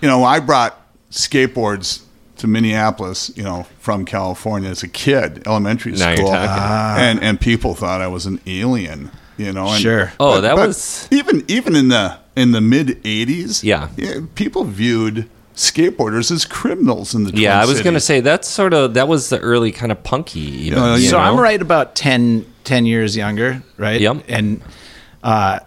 S3: you know I brought skateboards to Minneapolis, you know, from California as a kid, elementary
S2: Now you're
S3: school,
S2: talking.
S3: and and people thought I was an alien, you know. And,
S1: Sure.
S2: Oh, that was-
S3: even even in the in the mid '80s.
S2: Yeah.
S3: people viewed skateboarders as criminals in the
S2: yeah,
S3: Twin
S2: I was going to
S3: Cities.
S2: say that's sort of that was the early kind of punky. Even,
S3: Uh,
S2: you
S3: yeah.
S1: so
S2: know?
S1: I'm right about 10, 10 years younger, right?
S2: Yep.
S1: And uh,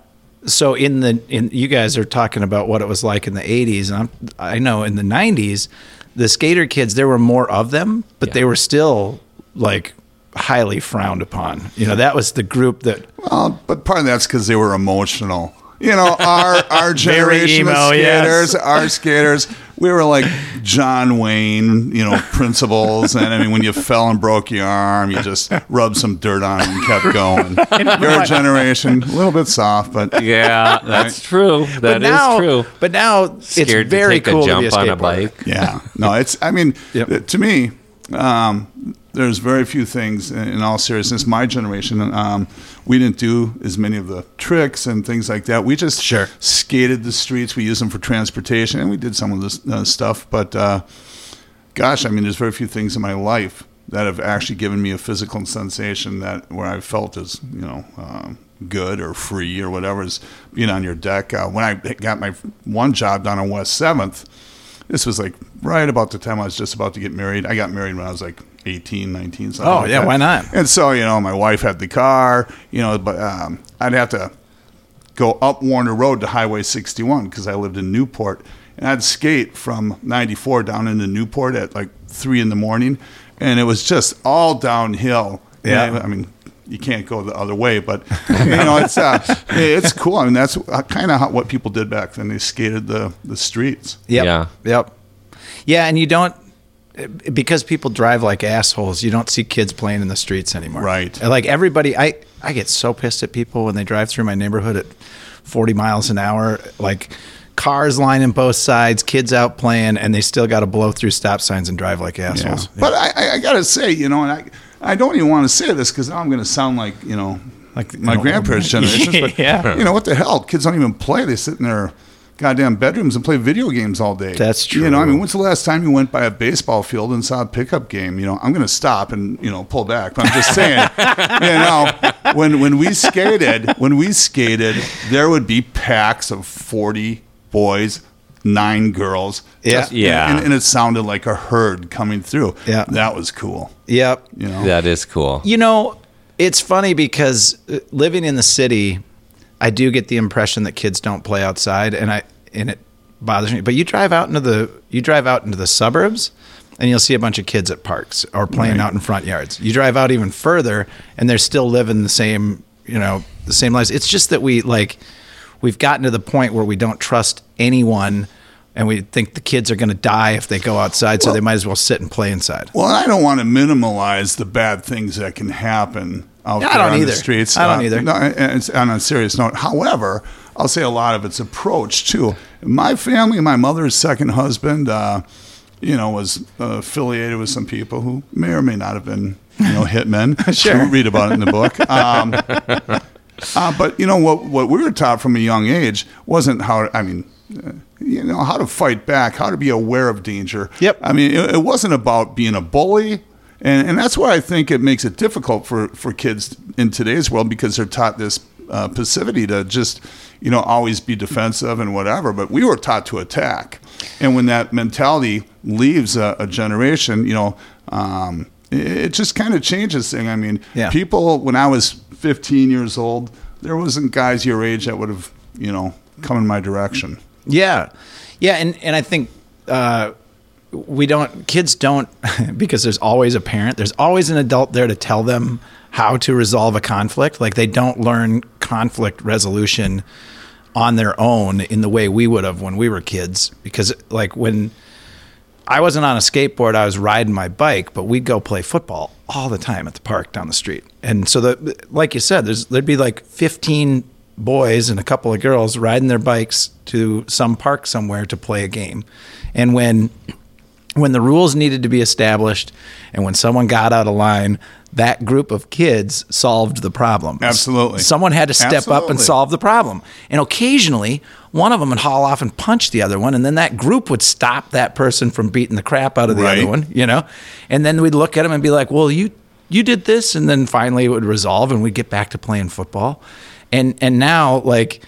S1: so in the in you guys are talking about what it was like in the 80s, and I'm, I know in the 90s, the skater kids there were more of them, but
S2: Yeah.
S1: they were still like highly frowned upon. You know, that was the group that
S3: Well, but part of that's because they were emotional. You know, our our generation
S4: emo,
S3: of
S4: yes.
S3: skaters, our skaters, we were like John Wayne, you know, principles. And I mean, when you fell and broke your arm, you just rubbed some dirt on it and kept going. Your generation, a little bit soft, but
S2: Yeah, that's true. That is
S1: now,
S2: true.
S1: But now
S2: Scared
S1: it's very
S2: to take
S1: cool
S2: a
S1: to
S2: jump
S1: be a
S2: on a
S1: skateboarder.
S2: bike.
S3: yeah, no, it's. I mean,
S1: Yep.
S3: to me, um, there's very few things. In in all seriousness, my generation, um, we didn't do as many of the tricks and things like that. We just
S1: Sure.
S3: skated the streets. We used them for transportation, and we did some of this uh, stuff. But uh, gosh, I mean, there's very few things in my life that have actually given me a physical sensation that where I felt as you know um, good or free or whatever is being on your deck. Uh, when I got my one job down on West Seventh, this was like right about the time I was just about to get married. I got married when I was like 18, 19, something.
S1: Oh,
S3: like
S1: yeah,
S3: that.
S1: why not?
S3: And so you know, my wife had the car. You know, but um, I'd have to go up Warner Road to Highway 61 because I lived in Newport. And I'd skate from 94 down into Newport at like 3 in the morning. And it was just all downhill.
S1: Yeah.
S3: And I, I mean, you can't go the other way, but you know it's uh, it's cool. I mean, that's kind of what people did back then. They skated the, the streets.
S1: Yep.
S2: Yeah.
S1: Yep. Yeah, and you don't because people drive like assholes. You don't see kids playing in the streets anymore.
S3: Right.
S1: Like everybody, I I get so pissed at people when they drive through my neighborhood at 40 miles an hour. Like cars lining both sides, kids out playing, and they still got to blow through stop signs and drive like assholes.
S3: But I, I- I gotta say, you know, and I, I don't even want to say this because now I'm gonna sound like you know, like my
S1: an old
S3: grandparents' generation. But
S4: Yeah.
S3: you know what the hell? Kids don't even play. They sit in their goddamn bedrooms and play video games all day.
S1: That's
S3: You know, I
S1: true.
S3: mean, when's the last time you went by a baseball field and saw a pickup game? You know, I'm gonna stop and you know pull back. But I'm just saying, you know, when when we skated, when we skated, there would be packs of 40 boys. Nine girls,
S1: Yeah.
S3: just- and-
S2: Yeah.
S3: and, and it sounded like a herd coming through.
S1: Yeah.
S3: that was cool.
S1: Yep.
S3: You know,
S2: That is cool.
S1: You know, it's funny because uh, living in the city, I do get the impression that kids don't play outside, and I and it bothers me. But you drive out into the you drive out into the suburbs, and you'll see a bunch of kids at parks or playing out in front yards. You drive out even further, and they're still living the same you know the same lives. It's just that we like we've gotten to the point where we don't trust anyone. And we think the kids are going to die if they go outside, so they might as well sit and play inside.
S3: Well, I don't want to minimalize the bad things that can happen out
S1: Yeah, I
S3: there
S1: don't
S3: on
S1: either.
S3: the streets.
S1: I don't
S3: Uh,
S1: either.
S3: No, and it's- on a serious note, however, I'll say a lot of its approach too. My family, my mother's second husband, uh, you know, was uh, affiliated with some people who may or may not have been, you know, hitmen.
S5: Sure.
S3: Don't read about it in the book. Um, uh, but you know what? What we were taught from a young age wasn't how. I mean, uh, you know, how to fight back, how to be aware of danger.
S5: Yep.
S3: I mean, it, it wasn't about being a bully. And, and that's why I think it makes it difficult for, for kids in today's world because they're taught this uh, passivity to just, you know, always be defensive and whatever. But we were taught to attack. And when that mentality leaves a, a generation, you know, um, it, it just kind of changes thing. I mean,
S5: Yeah.
S3: people, when I was 15 years old, there wasn't guys your age that would have, you know, come in my direction.
S5: Yeah.
S1: Yeah, and and I think uh, we don't kids don't because there's always a parent. There's always an adult there to tell them how to resolve a conflict. Like they don't learn conflict resolution on their own in the way we would have when we were kids because like when I wasn't on a skateboard. I was riding my bike, but we'd go play football all the time at the park down the street. And so, the, like you said, there's there'd be like 15 boys and a couple of girls riding their bikes to some park somewhere to play a game. And when when the rules needed to be established and when someone got out of line, that group of kids solved the problem.
S3: Absolutely.
S1: Someone had to step up and
S3: Absolutely.
S1: solve the problem. And occasionally, one of them would haul off and punch the other one, and then that group would stop that person from beating the crap out of the other
S3: Right.
S1: one, you know? And then we'd look at him and be like, "Well, you you did this," and then finally it would resolve and we'd get back to playing football. And and now like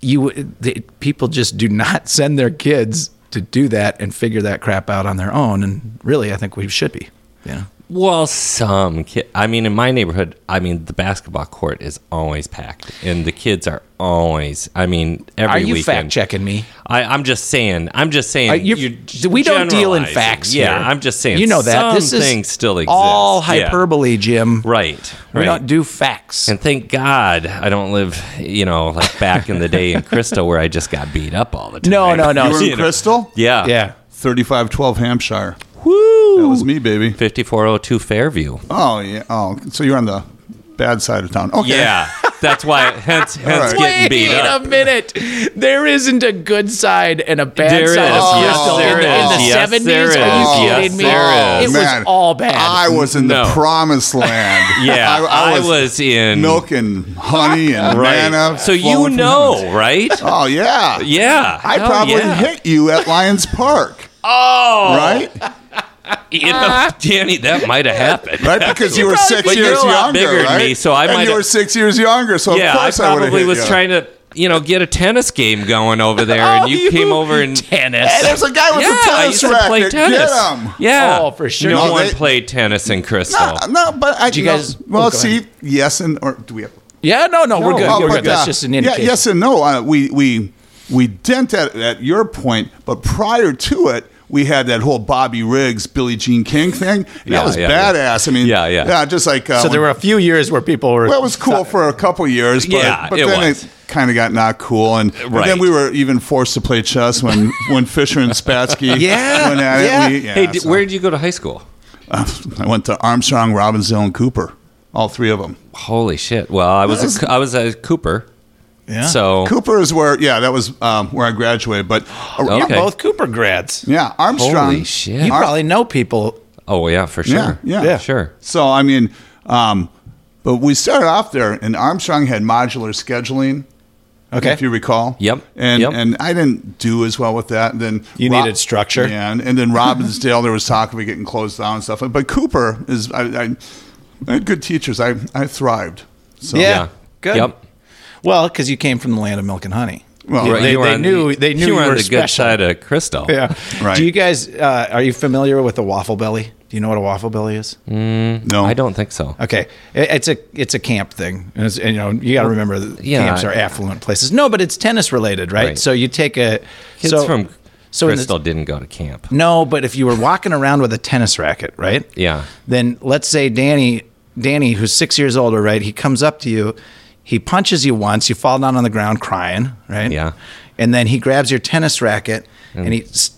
S1: you the, people just do not send their kids to do that and figure that crap out on their own and really I think we should be. Yeah.
S2: Well, some kid. I mean, in my neighborhood, I mean, the basketball court is always packed, and the kids are always. I mean, every
S1: Are you
S2: weekend.
S1: fact checking me?
S2: I, I'm just saying. I'm just saying.
S1: Uh, you're-
S2: you're
S1: we don't deal in
S2: generalizing.
S1: facts.
S2: Yeah,
S1: here.
S2: I'm just saying.
S1: You know that
S2: some
S1: this is
S2: things still exist.
S1: all
S2: Yeah.
S1: hyperbole, Jim.
S2: Right.
S1: We
S2: right.
S1: don't do facts.
S2: And thank God I don't live, you know, like back in the day in Crystal where I just got beat up all the time.
S1: No, no, no.
S3: You were
S1: You
S3: in
S1: know.
S3: Crystal?
S2: Yeah.
S1: yeah.
S3: 3512 Hampshire.
S2: uh, Woo.
S3: That was me, baby.
S2: 5402 Fairview.
S3: Oh, yeah. Oh, so you're on the bad side of town. Okay.
S2: Yeah. That's why, hence, hence
S3: right.
S2: getting beat
S1: Wait
S2: up.
S1: a minute. There isn't a good side and a bad
S2: There is.
S1: side.
S3: Oh,
S2: Yes,
S3: still
S2: there
S1: in, the- in
S2: is.
S1: the
S2: yes,
S1: 70s?
S2: there is.
S1: Are you
S2: yes,
S1: kidding me?
S2: There
S1: It
S2: is.
S1: was all bad.
S3: Oh, I was in
S2: No.
S3: the promised land.
S2: yeah. I, was, in.
S3: milk and honey and
S2: right.
S3: manna.
S2: so you
S3: flowing from
S2: know,
S3: heaven.
S2: right?
S3: Oh yeah.
S2: Yeah.
S3: I
S1: Oh,
S2: Hell
S3: probably
S2: yeah.
S3: hit you at Lions Park.
S2: Oh.
S3: Right.
S2: You know, Danny, that might have happened.
S3: Ah. Right, because you were
S2: probably-
S3: six
S2: but you're
S3: years
S2: a lot
S3: younger,
S2: bigger than
S3: right?
S2: me, so I
S3: and
S2: might
S3: you
S2: have-
S3: were six years younger, so
S2: yeah,
S3: of course
S2: I
S3: I, would have
S2: probably
S3: hit
S2: was
S3: you.
S2: trying to, you know, get a tennis game going over there,
S3: Oh,
S2: and you,
S1: you
S2: came over and
S1: tennis.
S3: Hey, there's a guy with
S2: yeah,
S3: a
S2: I
S3: tennis
S2: used to
S3: racket.
S2: play tennis.
S3: Get him.
S2: Yeah,
S1: Oh, for sure.
S2: No,
S3: No,
S2: one
S3: they-
S2: played tennis in Crystal.
S3: No, no, but I
S1: you
S3: no,
S1: guys-
S3: well
S1: oh, go
S3: see yes and or do we have
S1: Yeah, no, no, we're good.
S3: Oh,
S1: we're
S3: but,
S1: good.
S3: uh,
S1: That's just an
S3: yeah,
S1: indication.
S3: yes and no. Uh, we we we dent at, at your point, but prior to it, we had that whole Bobby Riggs, Billie Jean King thing. That
S2: Yeah,
S3: was
S2: yeah,
S3: badass. I mean,
S2: Yeah, yeah.
S3: just like uh,
S1: So there
S3: when-
S1: were a few years where people were.
S3: well, it was cool for a couple years, but,
S2: Yeah,
S3: but
S2: it
S3: then
S2: was.
S3: it kind of got not cool, and, and
S2: Right.
S3: then we were even forced to play chess when when Fisher and Spatsky
S1: Yeah,
S3: went at
S1: yeah.
S3: it. We, yeah,
S2: hey, d
S3: so- uh,
S2: where did you go to high school?
S3: I went to Armstrong, Robinson, and Cooper, all three of them.
S2: Holy shit! Well, I was a, I was a Cooper.
S1: Yeah.
S2: So
S3: Cooper is where, yeah, that was um, where I graduated, but
S2: Okay.
S1: You're both Cooper grads.
S3: yeah, Armstrong.
S2: holy shit!
S1: You probably know people.
S2: oh yeah, for
S3: Yeah,
S2: sure.
S3: yeah,
S1: Yeah.
S2: sure.
S3: So I mean, um, but we started off there, and Armstrong had modular scheduling.
S1: Okay.
S3: if you recall.
S2: Yep,
S3: And
S2: yep.
S3: and I didn't do as well with that. And then
S1: You needed structure.
S3: Yeah, and, and then Robbinsdale, there was talk of it getting closed down and stuff. But Cooper is, I, I, I had good teachers. I I thrived. So,
S1: Yeah. Good.
S2: Yep.
S1: Well, because you came from the land of milk and honey.
S3: Well,
S2: Right,
S1: They-
S2: you were
S1: they
S2: on
S1: knew-
S2: the-
S1: they knew
S2: you were
S1: you
S2: on
S1: were
S2: the good
S1: special.
S2: side of Crystal.
S1: Yeah.
S3: Right.
S1: Do you guys uh, are you familiar with the waffle belly? Do you know what a waffle belly is?
S2: Mm.
S3: No,
S2: I don't think so.
S1: Okay, It- it's a it's a camp thing, and, it's, and you know you got to remember that
S2: Yeah.
S1: camps are affluent places. No, but it's tennis related, right?
S2: Right.
S1: So you take a
S2: Kids
S1: so,
S2: from
S1: so in the-
S2: Crystal didn't go to camp.
S1: no, but if you were walking around with a tennis racket, right?
S2: Yeah.
S1: Then let's say Danny, Danny, who's six years older, right? He comes up to you, he punches you once, you fall down on the ground crying, right?
S2: Yeah.
S1: And then he grabs your tennis racket and, he s-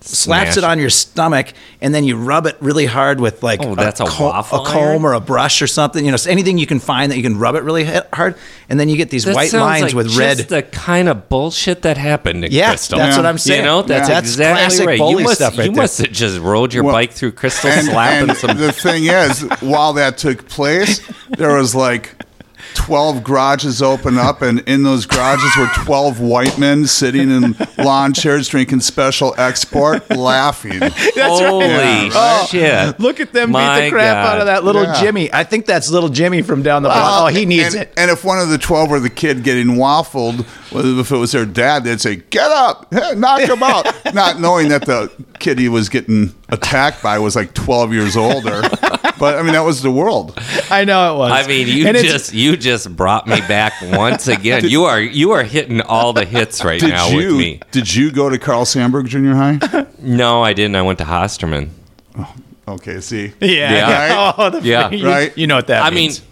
S1: slaps
S2: Smash.
S1: it on your stomach, and then you rub it really hard with like
S2: Oh, that's a
S1: co-
S2: waffle
S1: a comb
S2: iron?
S1: or a brush or something. You know, so anything you can find that you can rub it really he- hard, and then you get these
S2: That
S1: white
S2: sounds
S1: lines
S2: like
S1: with
S2: just
S1: red.
S2: The kind of bullshit that happened in
S1: Yeah,
S2: Crystal.
S1: that's
S3: what I'm
S2: You
S1: saying.
S2: know, that's
S1: Yeah. That's
S2: exactly
S1: classic
S2: right. You
S1: bully
S2: must,
S1: stuff right
S2: you
S1: there.
S2: must have just rolled your
S3: Well,
S2: bike through Crystal,
S3: and,
S2: slapping
S3: and
S2: some.
S3: the thing is, while that took place, there was like twelve garages open up, and in those garages were twelve white men sitting in lawn chairs drinking special export, laughing.
S2: Holy
S3: Yeah,
S2: shit!
S1: Oh, Look at them beat
S2: My
S1: the crap out
S2: God.
S1: of that little
S3: Yeah.
S1: Jimmy. I think that's little Jimmy from down the block. Oh, he needs
S3: and,
S1: it.
S3: And if one of the twelve were the kid getting waffled, well, if it was their dad, they'd say, "Get up, Hey, knock him out," not knowing that the kid he was getting attacked by was like twelve years older. But I mean, that was the world.
S1: I know it was.
S2: I mean, you
S1: And it's-
S2: just you just brought me back once again. you are you are hitting all the hits right now
S3: Did
S2: with
S3: you
S2: me.
S3: did you go to Carl Sandburg Junior High?
S2: No, I didn't. I went to Hosterman.
S3: Okay, see,
S1: Yeah.
S2: Yeah.
S1: Oh, the,
S2: Yeah.
S1: you,
S3: Right.
S1: You know what that
S2: I mean,
S1: means.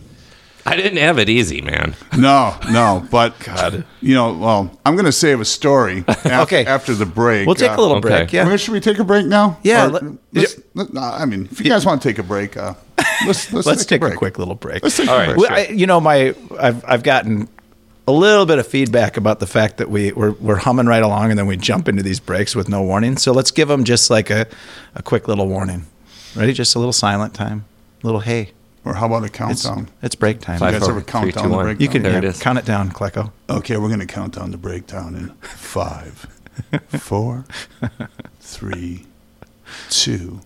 S2: I didn't have it easy, man.
S3: no, no, but God, you know, well, I'm going to save a story. af-
S1: Okay.
S3: after the break,
S1: we'll take a little
S2: okay.
S1: break.
S3: I
S1: Yeah.
S3: mean, should we take a break now?
S1: Yeah,
S3: Or-
S1: let-
S3: let's- let- no, I mean, if you guys want to take a break, uh, let's let's,
S1: Let's take a,
S3: break.
S1: quick little break.
S3: Let's take
S2: All
S3: a
S2: right.
S3: break.
S1: Well, I, you know, my I've I've gotten a little bit of feedback about the fact that we we're, we're humming right along and then we jump into these breaks with no warning. So let's give them just like a, a quick little warning. Ready? Just a little silent time. little hey,
S3: Or how about a
S1: it's,
S3: countdown?
S1: it's break time.
S2: Five,
S3: guys
S2: four,
S3: ever count
S2: three,
S3: down
S2: two,
S3: the
S2: one.
S3: break
S1: you can
S2: there
S1: yeah,
S2: it is.
S1: count it down, Klecko.
S3: Okay, we're going to count down the breakdown in five, four, three, two,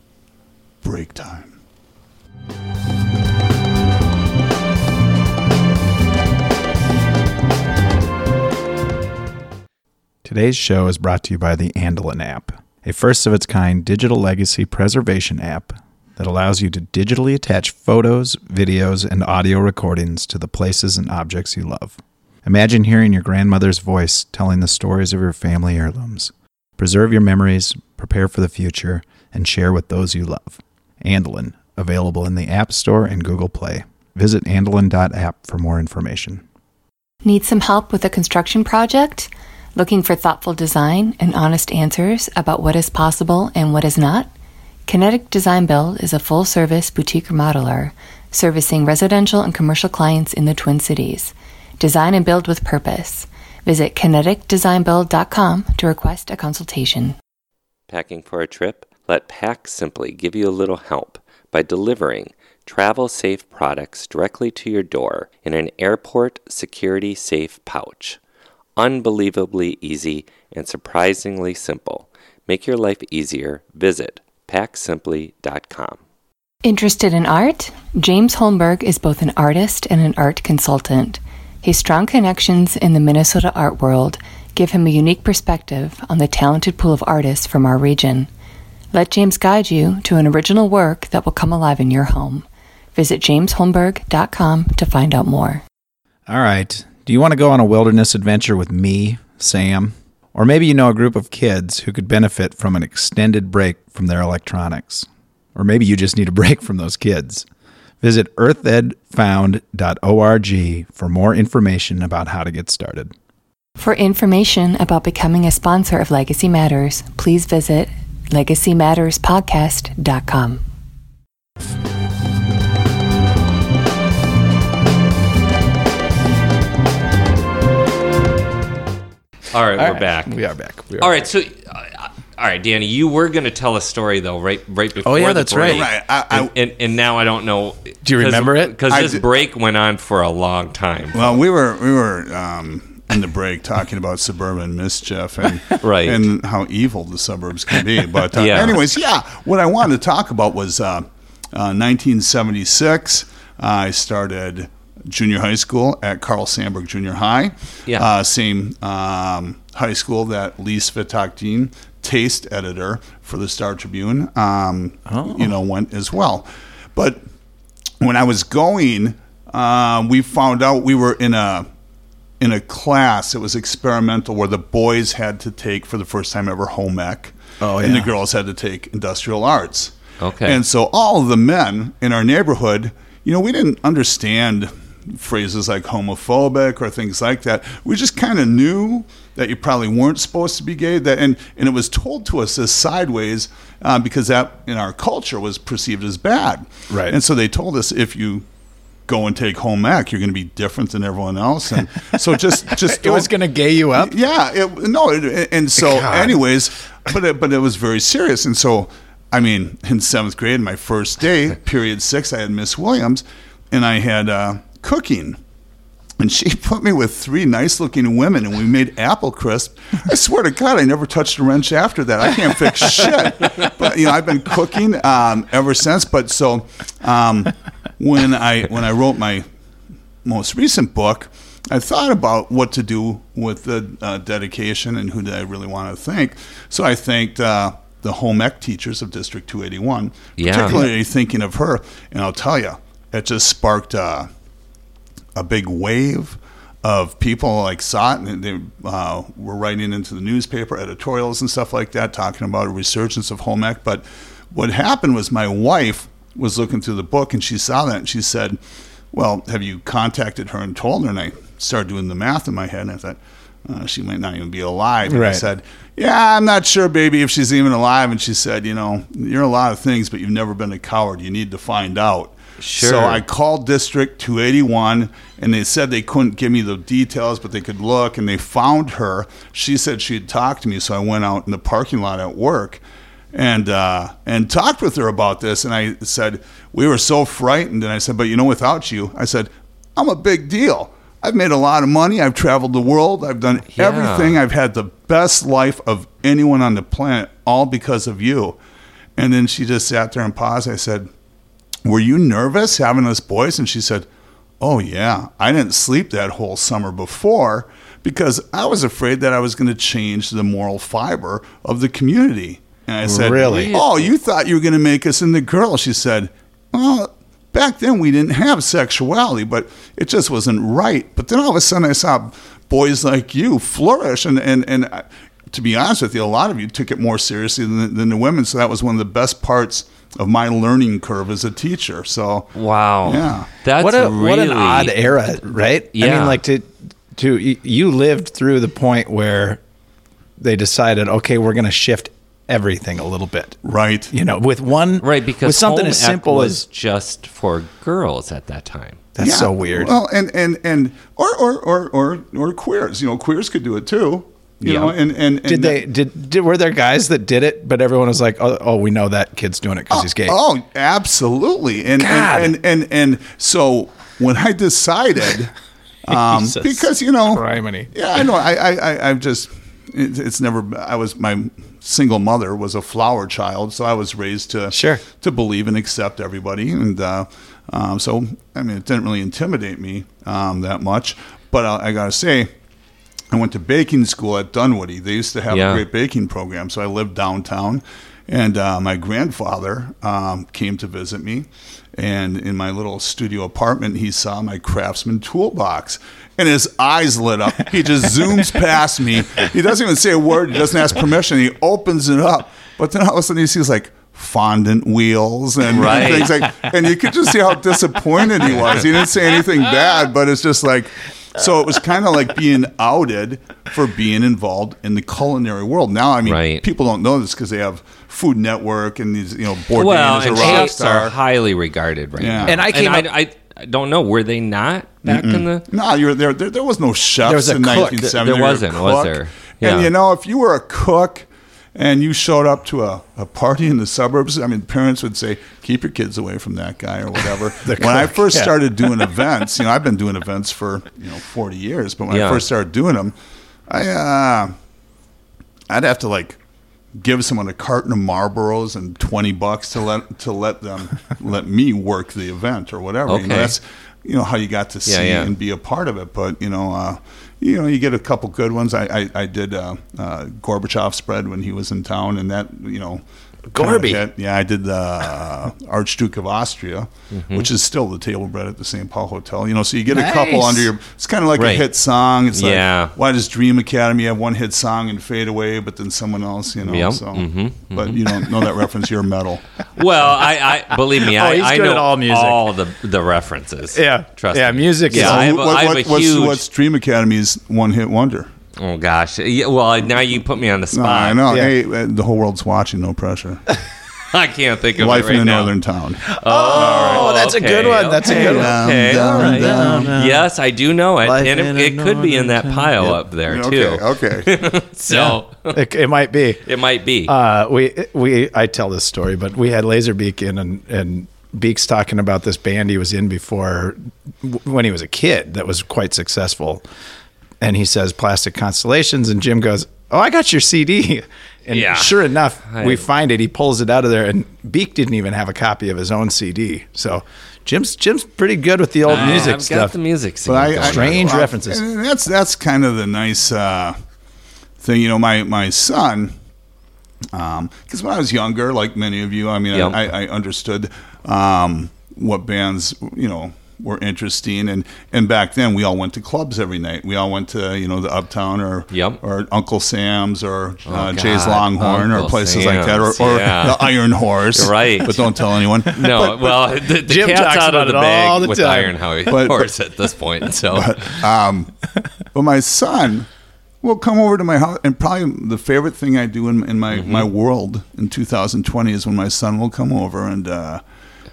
S3: break time.
S1: Today's show is brought to you by the Andelin app, a first of its kind digital legacy preservation app that allows you to digitally attach photos, videos, and audio recordings to the places and objects you love. Imagine hearing your grandmother's voice telling the stories of your family heirlooms. Preserve your memories, prepare for the future, and share with those you love. Andelin, available in the App Store and Google Play. Visit andelin.app for more information.
S6: Need some help with a construction project? Looking for thoughtful design and honest answers about what is possible and what is not? Kinetic Design Build is a full service boutique remodeler servicing residential and commercial clients in the Twin Cities. Design and build with purpose. Visit kineticdesignbuild.com to request a consultation.
S2: Packing for a trip? Let Pack Simply give you a little help by delivering travel safe products directly to your door in an airport security safe pouch. Unbelievably easy and surprisingly simple. Make your life easier. Visit packsimply.com.
S6: Interested in art? James Holmberg is both an artist and an art consultant. His strong connections in the Minnesota art world give him a unique perspective on the talented pool of artists from our region. Let James guide you to an original work that will come alive in your home. Visit jamesholmberg.com to find out more.
S1: All right. Do you want to go on a wilderness adventure with me, Sam? Or maybe you know a group of kids who could benefit from an extended break from their electronics. Or maybe you just need a break from those kids. Visit earthedfound.org for more information about how to get started.
S6: For information about becoming a sponsor of Legacy Matters, please visit legacymatterspodcast.com.
S2: All right,
S1: All
S2: we're
S1: right,
S2: back.
S1: We are back. We are
S2: All right, so uh, all right, Danny, you were going to tell a story though, right? Right before.
S1: Oh, yeah,
S2: the
S1: that's
S2: break.
S1: right.
S3: Right, I- I-
S2: and, and, and now I don't know.
S1: Do you remember it?
S2: Because
S3: I
S2: this
S3: d-
S2: break went on for a long time.
S3: Well, we were we were um, in the break talking about suburban mischief and
S2: Right.
S3: and how evil the suburbs can be. But uh,
S2: Yeah.
S3: anyways, yeah, what I wanted to talk about was uh, uh, 1976. I started junior high school at Carl Sandburg Junior High.
S2: Yeah.
S3: Uh, same um, high school that Lise Vitakdin, taste editor for the Star Tribune, um, you
S1: Oh.
S3: know, went as well. But when I was going, um, we found out we were in a in a class. It was experimental where the boys had to take for the first time ever home ec,
S1: Oh,
S3: and the
S1: yeah.
S3: girls had to take industrial arts.
S2: Okay.
S3: and so all of the men in our neighborhood, you know, we didn't understand phrases like homophobic or things like that. We just kind of knew that you probably weren't supposed to be gay. That and and it was told to us as sideways uh, because that in our culture was perceived as bad.
S1: Right.
S3: And so they told us if you go and take home ec, you're going to be different than everyone else. And so just just
S4: It was
S3: don't-
S4: going to gay you up.
S3: yeah, it, no, it, and so, anyways, but it, but it was very serious, and so, I mean, in seventh grade, my first day, period six, I had Miss Williams, and I had uh, cooking, and she put me with three nice-looking women, and we made apple crisp. I swear to God, I never touched a wrench after that. I can't fix shit, but you know, I've been cooking um, ever since. But so, um, when I when I wrote my most recent book, I thought about what to do with the uh, dedication and who did I really want to thank. So I thanked uh, the home ec teachers of District 281,
S2: Yeah.
S3: particularly thinking of her. And I'll tell you, it just sparked uh, a big wave of people like saw it and they uh, were writing into the newspaper editorials and stuff like that talking about a resurgence of home ec but what happened was my wife was looking through the book and she saw that and she said well have you contacted her and told her and i started doing the math in my head and i thought uh, she might not even be alive and i
S1: Right.
S3: said yeah i'm not sure baby if she's even alive and she said you know you're a lot of things but you've never been a coward you need to find out so
S2: Sure.
S3: I called District 281 and they said they couldn't give me the details, but they could look and they found her. She said she had talked to me, so I went out in the parking lot at work and uh, and talked with her about this. And I said, We were so frightened. And I said, But you know, without you, I said, I'm a big deal. I've made a lot of money. I've traveled the world. I've done
S2: Yeah.
S3: everything. I've had the best life of anyone on the planet, all because of you. And then she just sat there and paused. I said, were you nervous having us boys? And she said, Oh, yeah. I didn't sleep that whole summer before because I was afraid that I was going to change the moral fiber of the community. And I said,
S1: Really?
S3: Oh, you thought you were going to make us into girls. She said, Well, back then we didn't have sexuality, but it just wasn't right. But then all of a sudden I saw boys like you flourish. And, and, and I, to be honest with you, a lot of you took it more seriously than, than the women. So that was one of the best parts of my learning curve as a teacher. So,
S2: Wow.
S3: Yeah.
S2: That's
S1: what a
S2: really
S1: what an odd era, right? I
S2: Yeah.
S1: mean, like to to y- you lived through the point where they decided, okay, we're going to shift everything a little bit,
S3: right.
S1: you know, with one
S2: Right, because
S1: with something
S2: home
S1: as
S2: ec
S1: simple
S2: was
S1: as
S2: just for girls at that time.
S1: that's
S3: Yeah.
S1: so weird.
S3: Well, and and and or or or or, or queers. You know, queers could do it too. You
S2: Yeah.
S3: know, and and, and
S1: did they did, did were there guys that did it, but everyone was like, oh, oh we know that kid's doing it because he's gay.
S3: Oh, absolutely. And
S1: God.
S3: and, and and and so when I decided, um,
S1: Jesus
S3: because you know,
S1: Criminy.
S3: yeah, I know. I I I, I've just it, it's never. I was my single mother was a flower child, so I was raised to
S1: Sure.
S3: to believe and accept everybody, and uh, um, so I mean, it didn't really intimidate me um, that much. But I, I gotta say. I went to baking school at Dunwoody. They used to have
S2: Yeah.
S3: a great baking program, so I lived downtown. And uh, my grandfather um, came to visit me, and in my little studio apartment, he saw my craftsman toolbox, and his eyes lit up. He just zooms past me. He doesn't even say a word. He doesn't ask permission. He opens it up, but then all of a sudden, he sees like fondant wheels and
S2: Right.
S3: things like and you could just see how disappointed he was. He didn't say anything bad, but it's just like so it was kind of like being outed for being involved in the culinary world. Now, I mean,
S2: Right.
S3: people don't know this because they have Food Network and these, you know, Bourdain
S2: well,
S3: is a
S2: and
S3: rock
S2: chefs
S3: star.
S2: are highly regarded right
S3: Yeah.
S2: now.
S3: And
S1: I came
S2: I,
S1: up-
S2: I, I don't know. Were they not back in the?
S3: No, you were there, there. There was no chefs
S1: There was a
S3: in
S1: cook.
S3: 1970.
S2: There
S3: were a
S2: wasn't, was
S3: cook.
S2: there?
S3: And
S2: Yeah.
S3: you know, if you were a cook and you showed up to a, a party in the suburbs, I mean, parents would say, "Keep your kids away from that guy" or whatever. when I
S1: cook,
S3: first
S1: yeah.
S3: started doing events, you know, I've been doing events for you know 40 years, but when
S2: Yeah.
S3: I first started doing them, I uh, I'd have to like give someone a carton of Marlboros and 20 bucks to let to let them let me work the event or whatever. You know,
S2: Okay.
S3: that's you know how you got to see
S2: Yeah, yeah.
S3: and be a part of it. But you know, uh, you know, you get a couple good ones. I I, I did uh, uh, Gorbachev spread when he was in town, and that you know.
S1: Gorby.
S3: Kind of hit. Yeah, I did the uh, Archduke of Austria,
S2: Mm-hmm.
S3: which is still the table bread at the St. Paul Hotel. You know, so you get a couple
S1: Nice.
S3: under your. It's kind of like
S2: Right.
S3: a hit song. It's
S2: Yeah.
S3: like why does Dream Academy have one hit song and Fade Away, but then someone else, you know?
S2: Yep.
S3: So,
S2: Mhm,
S3: but you don't know that reference. You're metal.
S2: Well, I, I believe me, I,
S1: Oh, he's
S2: I
S1: good
S2: know
S1: at all music.
S2: all the the references.
S1: Yeah.
S2: trust
S1: Yeah,
S2: me.
S1: music
S2: Yeah,
S1: is-
S3: So
S2: I have, a- I have a
S3: what's,
S2: huge.
S3: what's Dream Academy's one hit wonder?
S2: oh gosh. Yeah, well, now you put me on the
S3: No,
S2: spot.
S3: I know.
S1: Yeah.
S3: Hey, uh, the whole world's watching. No pressure.
S2: I can't think of it
S3: Life
S2: right
S3: in the
S2: now.
S3: northern town.
S2: Oh,
S1: that's a good one. That's a good one.
S2: Okay.
S3: Down,
S2: all right.
S3: down,
S2: Yes, I do know it,
S1: Life
S2: and
S1: in
S2: it,
S1: a
S2: it could be Uh, in that
S1: northern
S2: pile up there too.
S3: Okay. Okay.
S2: So
S1: It, it might be.
S2: it might be.
S1: Uh, we we I tell this story, but we had Laserbeak in and and Beak's talking about this band he was in before w- when he was a kid that was quite successful, and he says Plastic Constellations, and Jim goes, "Oh, I got your CD." And
S2: Yeah.
S1: sure enough,
S2: I-
S1: we find it. He pulls it out of there, and Beak didn't even have a copy of his own CD. So Jim's Jim's pretty good with the old
S2: Ah,
S1: music
S2: I've got
S1: stuff.
S2: the music.
S3: But I-
S2: scene
S3: I-
S2: going.
S1: Strange
S3: I-
S1: references.
S3: and that's that's kind of the nice uh, thing, you know. My my son, because when I was younger, like many of you, I mean,
S2: Yep.
S3: I, I understood um, what bands, you know. Were interesting, and and back then we all went to clubs every night. We all went to you know the Uptown or
S2: Yep. Oh,
S3: or Uncle Sam's or uh,
S2: God,
S3: Jay's Longhorn or
S2: Uncle
S3: places like that, or,
S2: Sam's,
S3: or
S2: yeah.
S3: the Iron Horse.
S2: Right.
S3: but don't tell anyone.
S2: No, well, the, the
S1: Jim
S2: cat's
S1: talks
S2: out of
S1: about
S2: the
S1: it
S2: bag
S1: all the
S2: with
S1: time.
S2: iron how he
S3: But-
S2: horse at this point. So
S3: Um, but my son will come over to my house, and probably the favorite thing I do in, in my,
S2: Mm-hmm.
S3: my world in 2020 is when my son will come over and uh,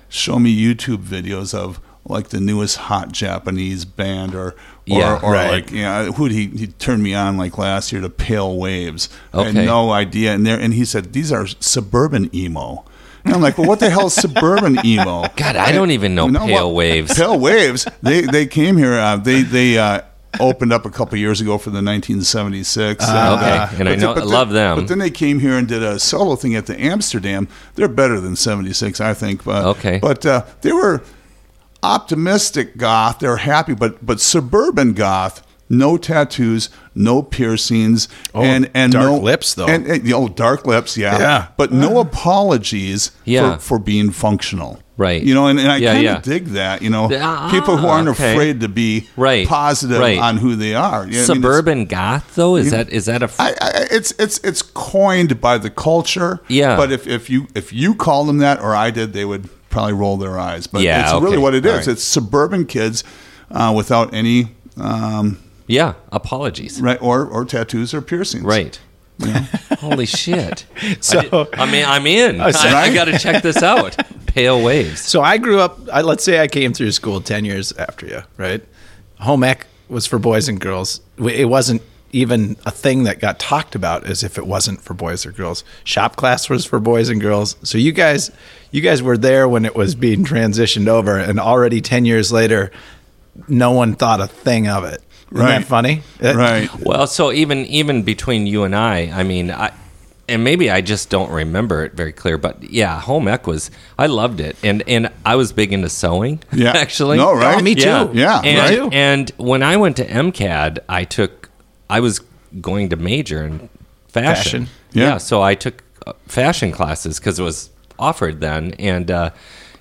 S3: show me YouTube videos of like the newest hot Japanese band or. Or,
S2: Yeah,
S3: or
S2: right.
S3: like yeah, who he he turned me on like last year to Pale Waves. I had
S2: Okay.
S3: no idea, and there and he said these are suburban emo. And I'm like, well, what the hell is suburban emo?
S2: God, I don't even know
S3: You
S2: Pale
S3: what?
S2: Waves.
S3: Pale Waves. They they came here. Uh, they they uh, opened up a couple years ago for the 1976.
S2: Ah, okay. And I
S3: uh, but
S2: know-
S3: but
S2: I love them.
S3: But then they came here and did a solo thing at the Amsterdam. They're better than 76, I think. But,
S2: Okay.
S3: But uh, they were optimistic goth. They're happy, but but suburban goth. No tattoos, no piercings, and and
S1: Oh, dark
S3: no
S1: lips, though.
S3: And, and oh, dark lips, yeah,
S1: Yeah.
S3: But no apologies
S2: Yeah.
S3: for, for being functional,
S2: Right.
S3: You know, and, and I
S2: Yeah,
S3: kind of
S2: yeah.
S3: dig that. You know,
S2: Ah,
S3: people who aren't
S2: okay.
S3: afraid to be
S2: Right,
S3: positive
S2: right.
S3: on who they are. You know, I mean, it's-
S2: Suburban goth though is that is that a
S3: I, I, it's it's it's coined by the culture.
S2: Yeah.
S3: But if, if you if you call them that or I did, they would probably roll their eyes. But
S2: Yeah,
S3: it's
S2: okay.
S3: really what it is.
S2: All right.
S3: It's suburban kids uh, without any um,
S2: yeah apologies
S3: right or, or tattoos or piercings.
S2: right. Holy shit! I,
S1: So-
S2: did- I mean, I'm in. I,
S1: so-
S2: I got to check this out. Pale Waves.
S1: So I grew up. I, let's say I came through school ten years after you, right? Home ec was for boys and girls. W- It wasn't even a thing that got talked about as if it wasn't for boys or girls. Shop class was for boys and girls. So you guys, you guys were there when it was being transitioned over, and already ten years later, no one thought a thing of it. Isn't
S3: Right.
S1: that funny? That-
S3: Right.
S2: Well, so even even between you and I, I mean, I and maybe I just don't remember it very clear, but yeah, home ec was I loved it, and and I was big into sewing.
S3: Yeah.
S2: actually,
S3: No, right.
S1: Oh, me too.
S2: Yeah,
S3: Yeah,
S2: And,
S1: right.
S2: and when I went to MCAD, I took I was going to major in fashion.
S1: Fashion.
S3: Yeah.
S2: Yeah. so I took uh, fashion classes because it was offered then, and uh,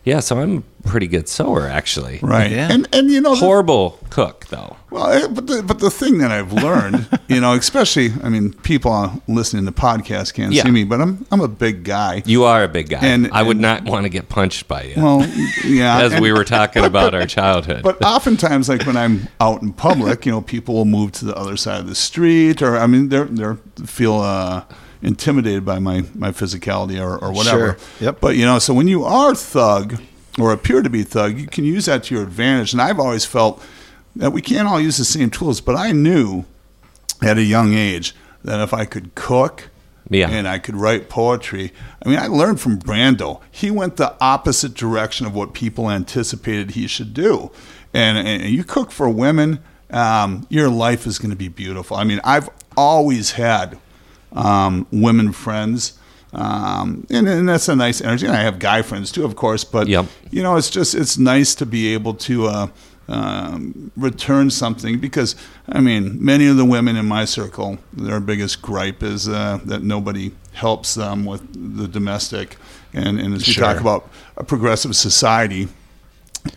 S2: yeah, so I'm a pretty good sewer actually.
S3: Right.
S1: Yeah.
S3: And and you know the-
S2: Horrible cook though.
S3: Well, I- but the, but the thing that I've learned, you know, especially, I mean, people listening to podcasts can't
S2: Yeah.
S3: see me, but I'm I'm a big guy.
S2: You are a big guy.
S3: And-
S2: I would
S3: and-
S2: not want to get punched by you.
S3: Well, yeah.
S2: as
S3: and-
S2: we were talking about our childhood.
S3: But oftentimes, like when I'm out in public, you know, people will move to the other side of the street, or I mean, they're they're feel uh, intimidated by my my physicality or, or whatever.
S1: Sure. Yep.
S3: But you know, so when you are thug or appear to be thug, you can use that to your advantage. And I've always felt that we can't all use the same tools, but I knew at a young age that if I could cook.
S2: Yeah.
S3: And I could write poetry. I mean, I learned from Brando. He went the opposite direction of what people anticipated he should do. And, and you cook for women, um, your life is going to be beautiful. I mean, I've always had um, women friends. Um, and, and that's a nice energy. And I have guy friends too, of course. But
S2: Yep.
S3: you know, it's just it's nice to be able to uh, um, return something because I mean, many of the women in my circle, their biggest gripe is uh, that nobody helps them with the domestic. And, and as
S7: Sure.
S3: we talk about a progressive society,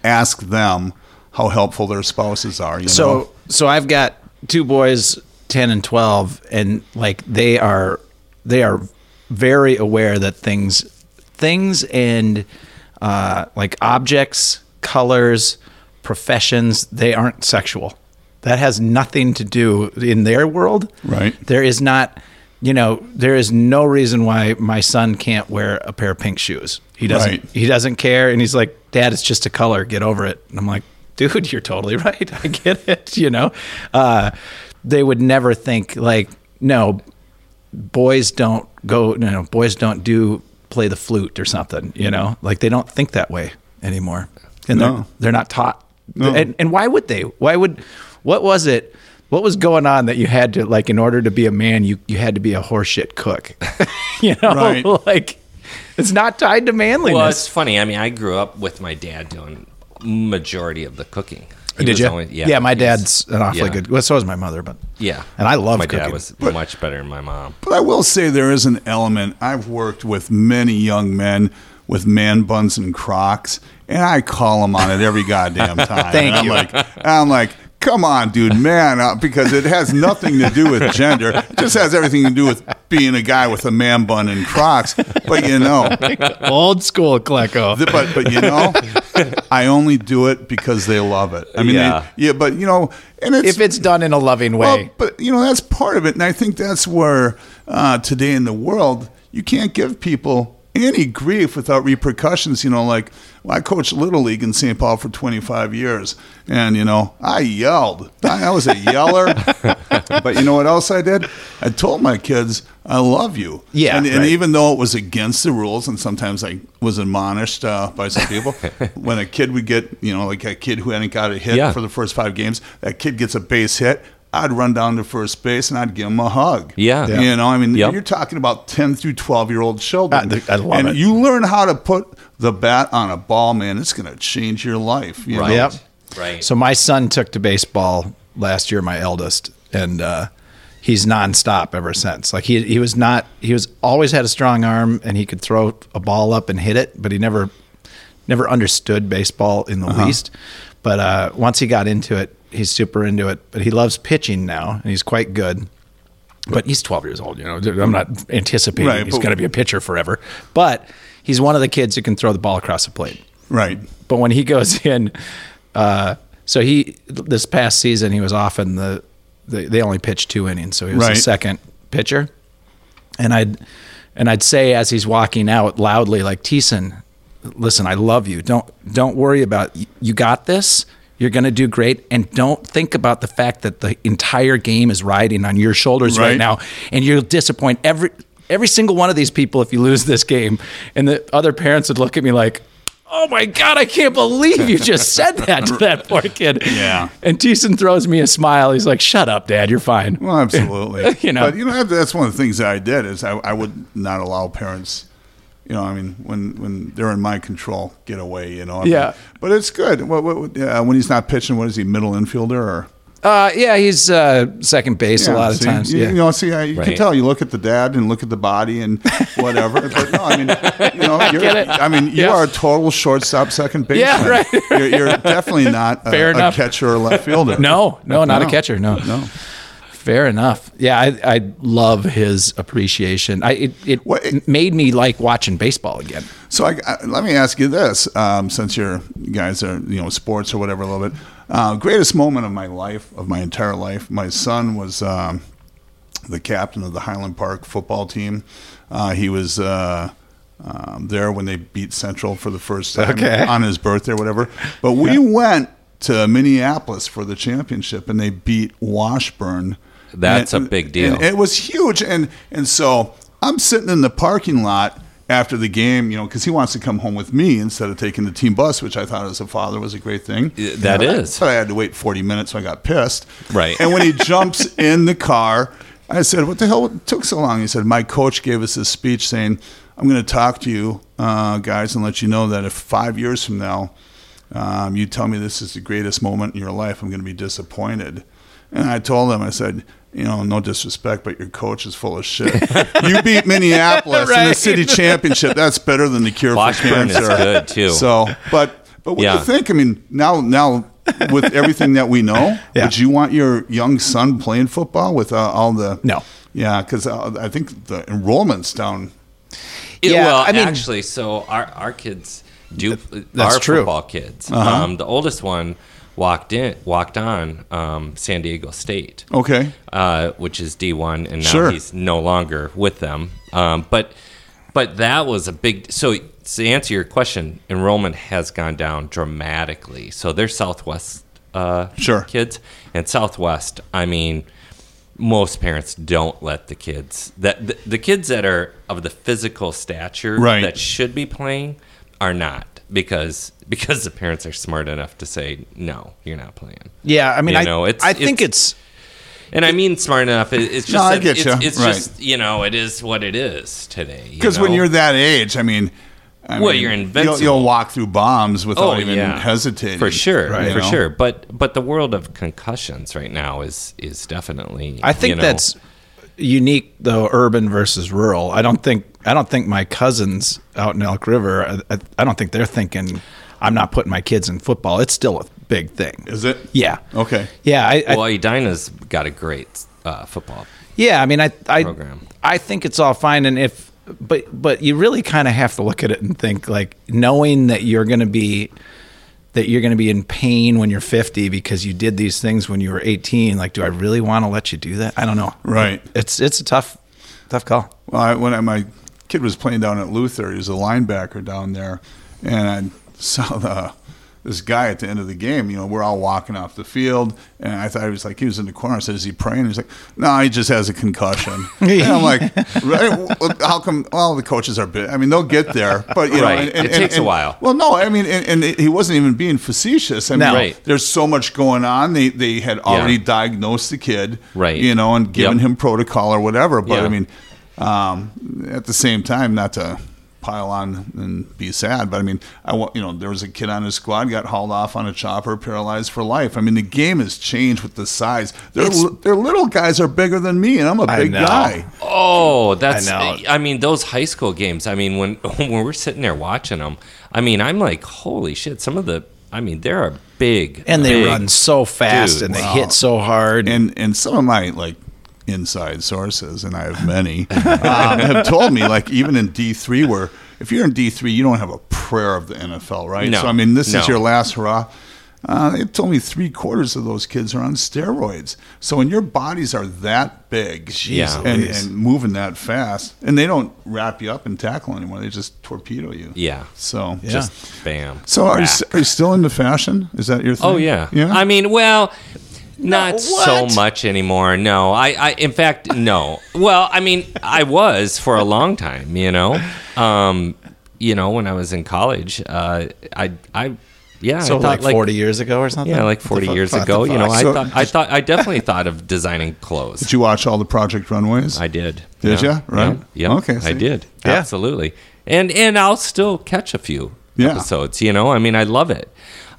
S3: ask them how helpful their spouses are. You
S1: so
S3: know?
S1: so I've got two boys, ten and twelve, and like they are they are very aware that things things and uh, like objects, colors, professions, they aren't sexual. That has nothing to do in their world.
S3: Right.
S1: There is not you know, there is no reason why my son can't wear a pair of pink shoes. He doesn't
S3: Right.
S1: he doesn't care and he's like dad it's just a color get over it and i'm like dude you're totally right i get it you know uh, they would never think like no boys don't go no, no boys don't do play the flute or something you know like they don't think that way anymore and they're,
S3: No.
S1: they're not taught
S3: No.
S1: and, and why would they why would what was it what was going on that you had to like in order to be a man you, you had to be a horseshit cook you know
S3: Right.
S1: like it's not tied to manliness
S2: Well, it's funny. I mean, I grew up with my dad doing majority of the cooking.
S1: Oh,
S2: He
S1: Did
S2: was
S1: you?
S2: always-
S1: yeah, my
S2: he was-
S1: dad's an awfully
S2: yeah.
S1: good. Well, so is my mother, but
S2: Yeah,
S1: and I love
S2: my
S1: cooking.
S2: dad was much better than my mom.
S3: But I will say there is an element. I've worked with many young men with man buns and Crocs, and I call them on it every goddamn time.
S1: Thank
S3: And I'm
S1: you.
S3: Like, I'm like, come on, dude, man up, because it has nothing to do with gender. It just has everything to do with being a guy with a man bun and Crocs. But you know,
S1: old school Cleco.
S3: Th- but but you know, I only do it because they love it. I mean,
S2: Yeah.
S3: yeah, they, yeah but you know, and it's
S1: if it's done in a loving way,
S3: well, but you know that's part of it, and I think that's where uh, today in the world you can't give people any grief without repercussions. You know, like well, I coached little league in St. Paul for 25 years, and you know I yelled. I I was a yeller, but you know what else I did? I told my kids I love you.
S1: Yeah,
S3: and, and
S1: right.
S3: even though it was against the rules, and sometimes I was admonished uh, by some people, when a kid would get, you know, like a kid who hadn't got a hit
S2: Yeah.
S3: for the first five games, that kid gets a base hit. I'd run down to first base and I'd give him a hug.
S2: Yeah. Yeah.
S3: you know, I mean,
S2: Yep.
S3: you're talking about ten through twelve year old children.
S1: I- I love
S3: and
S1: it.
S3: You learn how to put the bat on a ball, man. It's going to change your life. You
S2: Right.
S3: know?
S1: yep.
S2: Right.
S1: So my son took to baseball last year, my eldest, and uh, he's nonstop ever since. Like he he was not he was always had a strong arm and he could throw a ball up and hit it, but he never never understood baseball in the
S3: Uh-huh.
S1: least. But uh, once he got into it, he's super into it. But he loves pitching now, and he's quite good. But he's 12 years old, you know. I'm not anticipating
S3: Right,
S1: he's
S3: but-
S1: going to be a pitcher forever. But he's one of the kids who can throw the ball across the plate
S3: Right.
S1: but when he goes in, uh, so he this past season he was off in the they, they only pitched two innings, so he was the
S3: Right.
S1: second pitcher, and I'd and I'd say as he's walking out loudly like Teason, listen, I love you. Don't don't worry about you got this. You're gonna do great, and don't think about the fact that the entire game is riding on your shoulders right,
S3: Right.
S1: now, and you'll disappoint every every single one of these people if you lose this game. And the other parents would look at me like, "Oh my god, I can't believe you just said that to that poor kid."
S3: Yeah.
S1: And Teason throws me a smile. He's like, "Shut up, Dad. You're fine."
S3: Well, absolutely.
S1: You know.
S3: but you know that- that's one of the things that I did is I, I would not allow parents. You know, I mean, when when they're in my control, get away. You know. I mean,
S1: Yeah.
S3: but it's good. What, what, what- uh, when he's not pitching, what is he? Middle infielder or?
S1: Uh, yeah, he's uh, second base a lot of
S3: see,
S1: times.
S3: You,
S1: Yeah.
S3: you know, see, I, you
S2: Right.
S3: can tell. You look at the dad and look at the body and whatever. but no, I mean, you know, you're,
S1: get it.
S3: I mean, you
S1: Yeah.
S3: are a total shortstop, second baseman.
S1: Yeah, right.
S3: You're, you're definitely not a,
S1: Fair
S3: a
S1: enough.
S3: catcher or left fielder.
S1: no, no, not a
S3: No.
S1: catcher. No,
S3: no.
S1: Fair enough. Yeah, I, I love his appreciation. I it, it
S3: What-
S1: m- made me like watching baseball again.
S3: So I, I- let me ask you this, um, since you're, you guys are, you know, sports or whatever a little bit. Uh, greatest moment of my life, of my entire life, my son was um, the captain of the Highland Park football team. Uh, he was uh, um, there when they beat Central for the first time
S1: Okay.
S3: on his birthday or whatever. But we went to Minneapolis for the championship, and they beat Washburn.
S2: That's
S3: And-
S2: a big deal.
S3: and it was huge and and so i'm sitting in the parking lot after the game you know because he wants to come home with me instead of taking the team bus which i thought as a father was a great thing
S2: Yeah, that
S3: That is.
S2: is.
S3: but i had to wait 40 minutes so i got pissed
S2: Right.
S3: and when he jumps in the car i said what the hell took so long he said my coach gave us this speech saying i'm going to talk to you uh, guys and let you know that if five years from now um, you tell me this is the greatest moment in your life i'm going to be disappointed And I told him, I said, you know, no disrespect, but your coach is full of shit. you beat Minneapolis in the
S1: Right.
S3: city championship. That's better than the cure
S2: Washburn
S3: for
S2: is
S3: cancer.
S2: good, too.
S3: So, but but what do
S2: Yeah.
S3: you think? I mean, now now with everything that we know,
S1: Yeah.
S3: would you want your young son playing football with uh, all the
S1: No.
S3: Yeah, because uh, I think the enrollment's down.
S1: Yeah,
S2: well,
S1: I mean-
S2: actually, so our our kids do uh,
S1: that's true.
S2: our
S1: Uh-huh.
S2: football kids. Um, the oldest one walked in, walked on um, San Diego State,
S3: Okay,
S2: uh, which is D one, and now
S3: Sure.
S2: he's no longer with them. Um, but but that was a big. So to answer your question, enrollment has gone down dramatically. So they're Southwest uh,
S3: Sure.
S2: kids, and Southwest. I mean. Most parents don't let the kids that the, the kids that are of the physical stature
S3: Right.
S2: that should be playing are not because because the parents are smart enough to say no, you're not playing.
S1: Yeah, I mean,
S2: You
S1: I,
S2: know, it's-
S1: I think it's,
S2: And I mean smart enough. It, it's just,
S3: No, I
S2: that
S3: get
S2: it's,
S3: ya.
S2: it's
S3: Right.
S2: just, you know, it is what it is today. you
S3: because when
S2: know?
S3: you're that age, I mean, I
S2: Well,
S3: mean,
S2: you're
S3: you'll-
S2: invincible.
S3: You'll, walk through bombs without even hesitating.
S2: Oh, for sure,
S3: right, you
S2: for
S3: know?
S2: sure. But but the world of concussions right now is is definitely.
S1: I think
S2: you know-
S1: that's unique though, urban versus rural. I don't think, I don't think my cousins out in Elk River, I, I, I don't think they're thinking, I'm not putting my kids in football. It's still a big thing.
S3: Is it?
S1: Yeah.
S3: Okay.
S1: Yeah. I, I
S2: well, Edina's got a great uh, football.
S1: Yeah, I mean, I, I,
S2: Program.
S1: I think it's all fine, and if, but, but you really kind of have to look at it and think like knowing that you're going to be, that you're going to be in pain when you're 50 because you did these things when you were 18. Like, do I really want to let you do that? I don't know.
S3: Right.
S1: It's it's a tough, tough call.
S3: Well, I, when I, my kid was playing down at Luther, he was a linebacker down there, and I saw the this guy at the end of the game. You know, we're all walking off the field, and I thought he was like he was in the corner. I said, "Is he praying?" He's like, "No, he just has a concussion." and I'm like, right, well, "How come?" Well, the coaches are big. I mean, they'll get there, but you
S2: Right.
S3: know,
S2: It takes a while.
S3: Well, no, I mean, and, and he wasn't even being facetious. I mean,
S1: No.
S2: Right.
S3: there's so much going on. They they had already diagnosed the kid,
S2: Right.
S3: You know, and given
S2: Yep.
S3: him protocol or whatever. But
S2: Yeah.
S3: I mean, um, at the same time, not to pile on and be sad, but I mean, I want you know, there was a kid on his squad got hauled off on a chopper, paralyzed for life. I mean, the game has changed with the size. Their li- their little guys are bigger than me, and I'm a big
S1: know.
S3: guy.
S2: Oh, that's.
S1: know.
S2: I, mean, those high school games. I mean, when when we're sitting there watching them, I mean, I'm like, holy shit! Some of the. I mean, there are big
S1: And they
S2: big-
S1: run so fast,
S2: Dude,
S1: and they hit so hard.
S3: and and some of my like inside sources, and I have many, um, have told me like even in D three, where if you're in D three, you don't have a prayer of the NFL, right?
S2: No.
S3: So I mean, this
S2: No.
S3: is your last hurrah. Uh, they told me three quarters of those kids are on steroids. So when your bodies are that big
S2: Yeah.
S3: and, and moving that fast, and they don't wrap you up and tackle anymore, they just torpedo you.
S2: Yeah.
S3: So
S2: Just bam.
S3: so are
S2: Whack.
S3: you, s- are you still into fashion? Is that your thing?
S2: Oh yeah.
S3: Yeah.
S2: I mean, well, not so much anymore. No. I, I in fact no. Well, I mean, I was for a long time, you know. Um, you know, when I was in college, uh, I I yeah,
S1: so
S2: I
S1: like, forty years ago or something.
S2: Yeah, like 40 years ago, you know, I
S3: So-
S2: thought I thought I definitely thought of designing clothes.
S3: Did you watch all the Project Runways?
S2: I did.
S3: Did
S2: yeah.
S3: ya? Right.
S2: Yeah. yeah.
S3: Okay,
S2: I
S3: see.
S2: did.
S1: Yeah.
S2: Absolutely. And and I'll still catch a few
S3: Yeah.
S2: episodes. You know, I mean, I love it.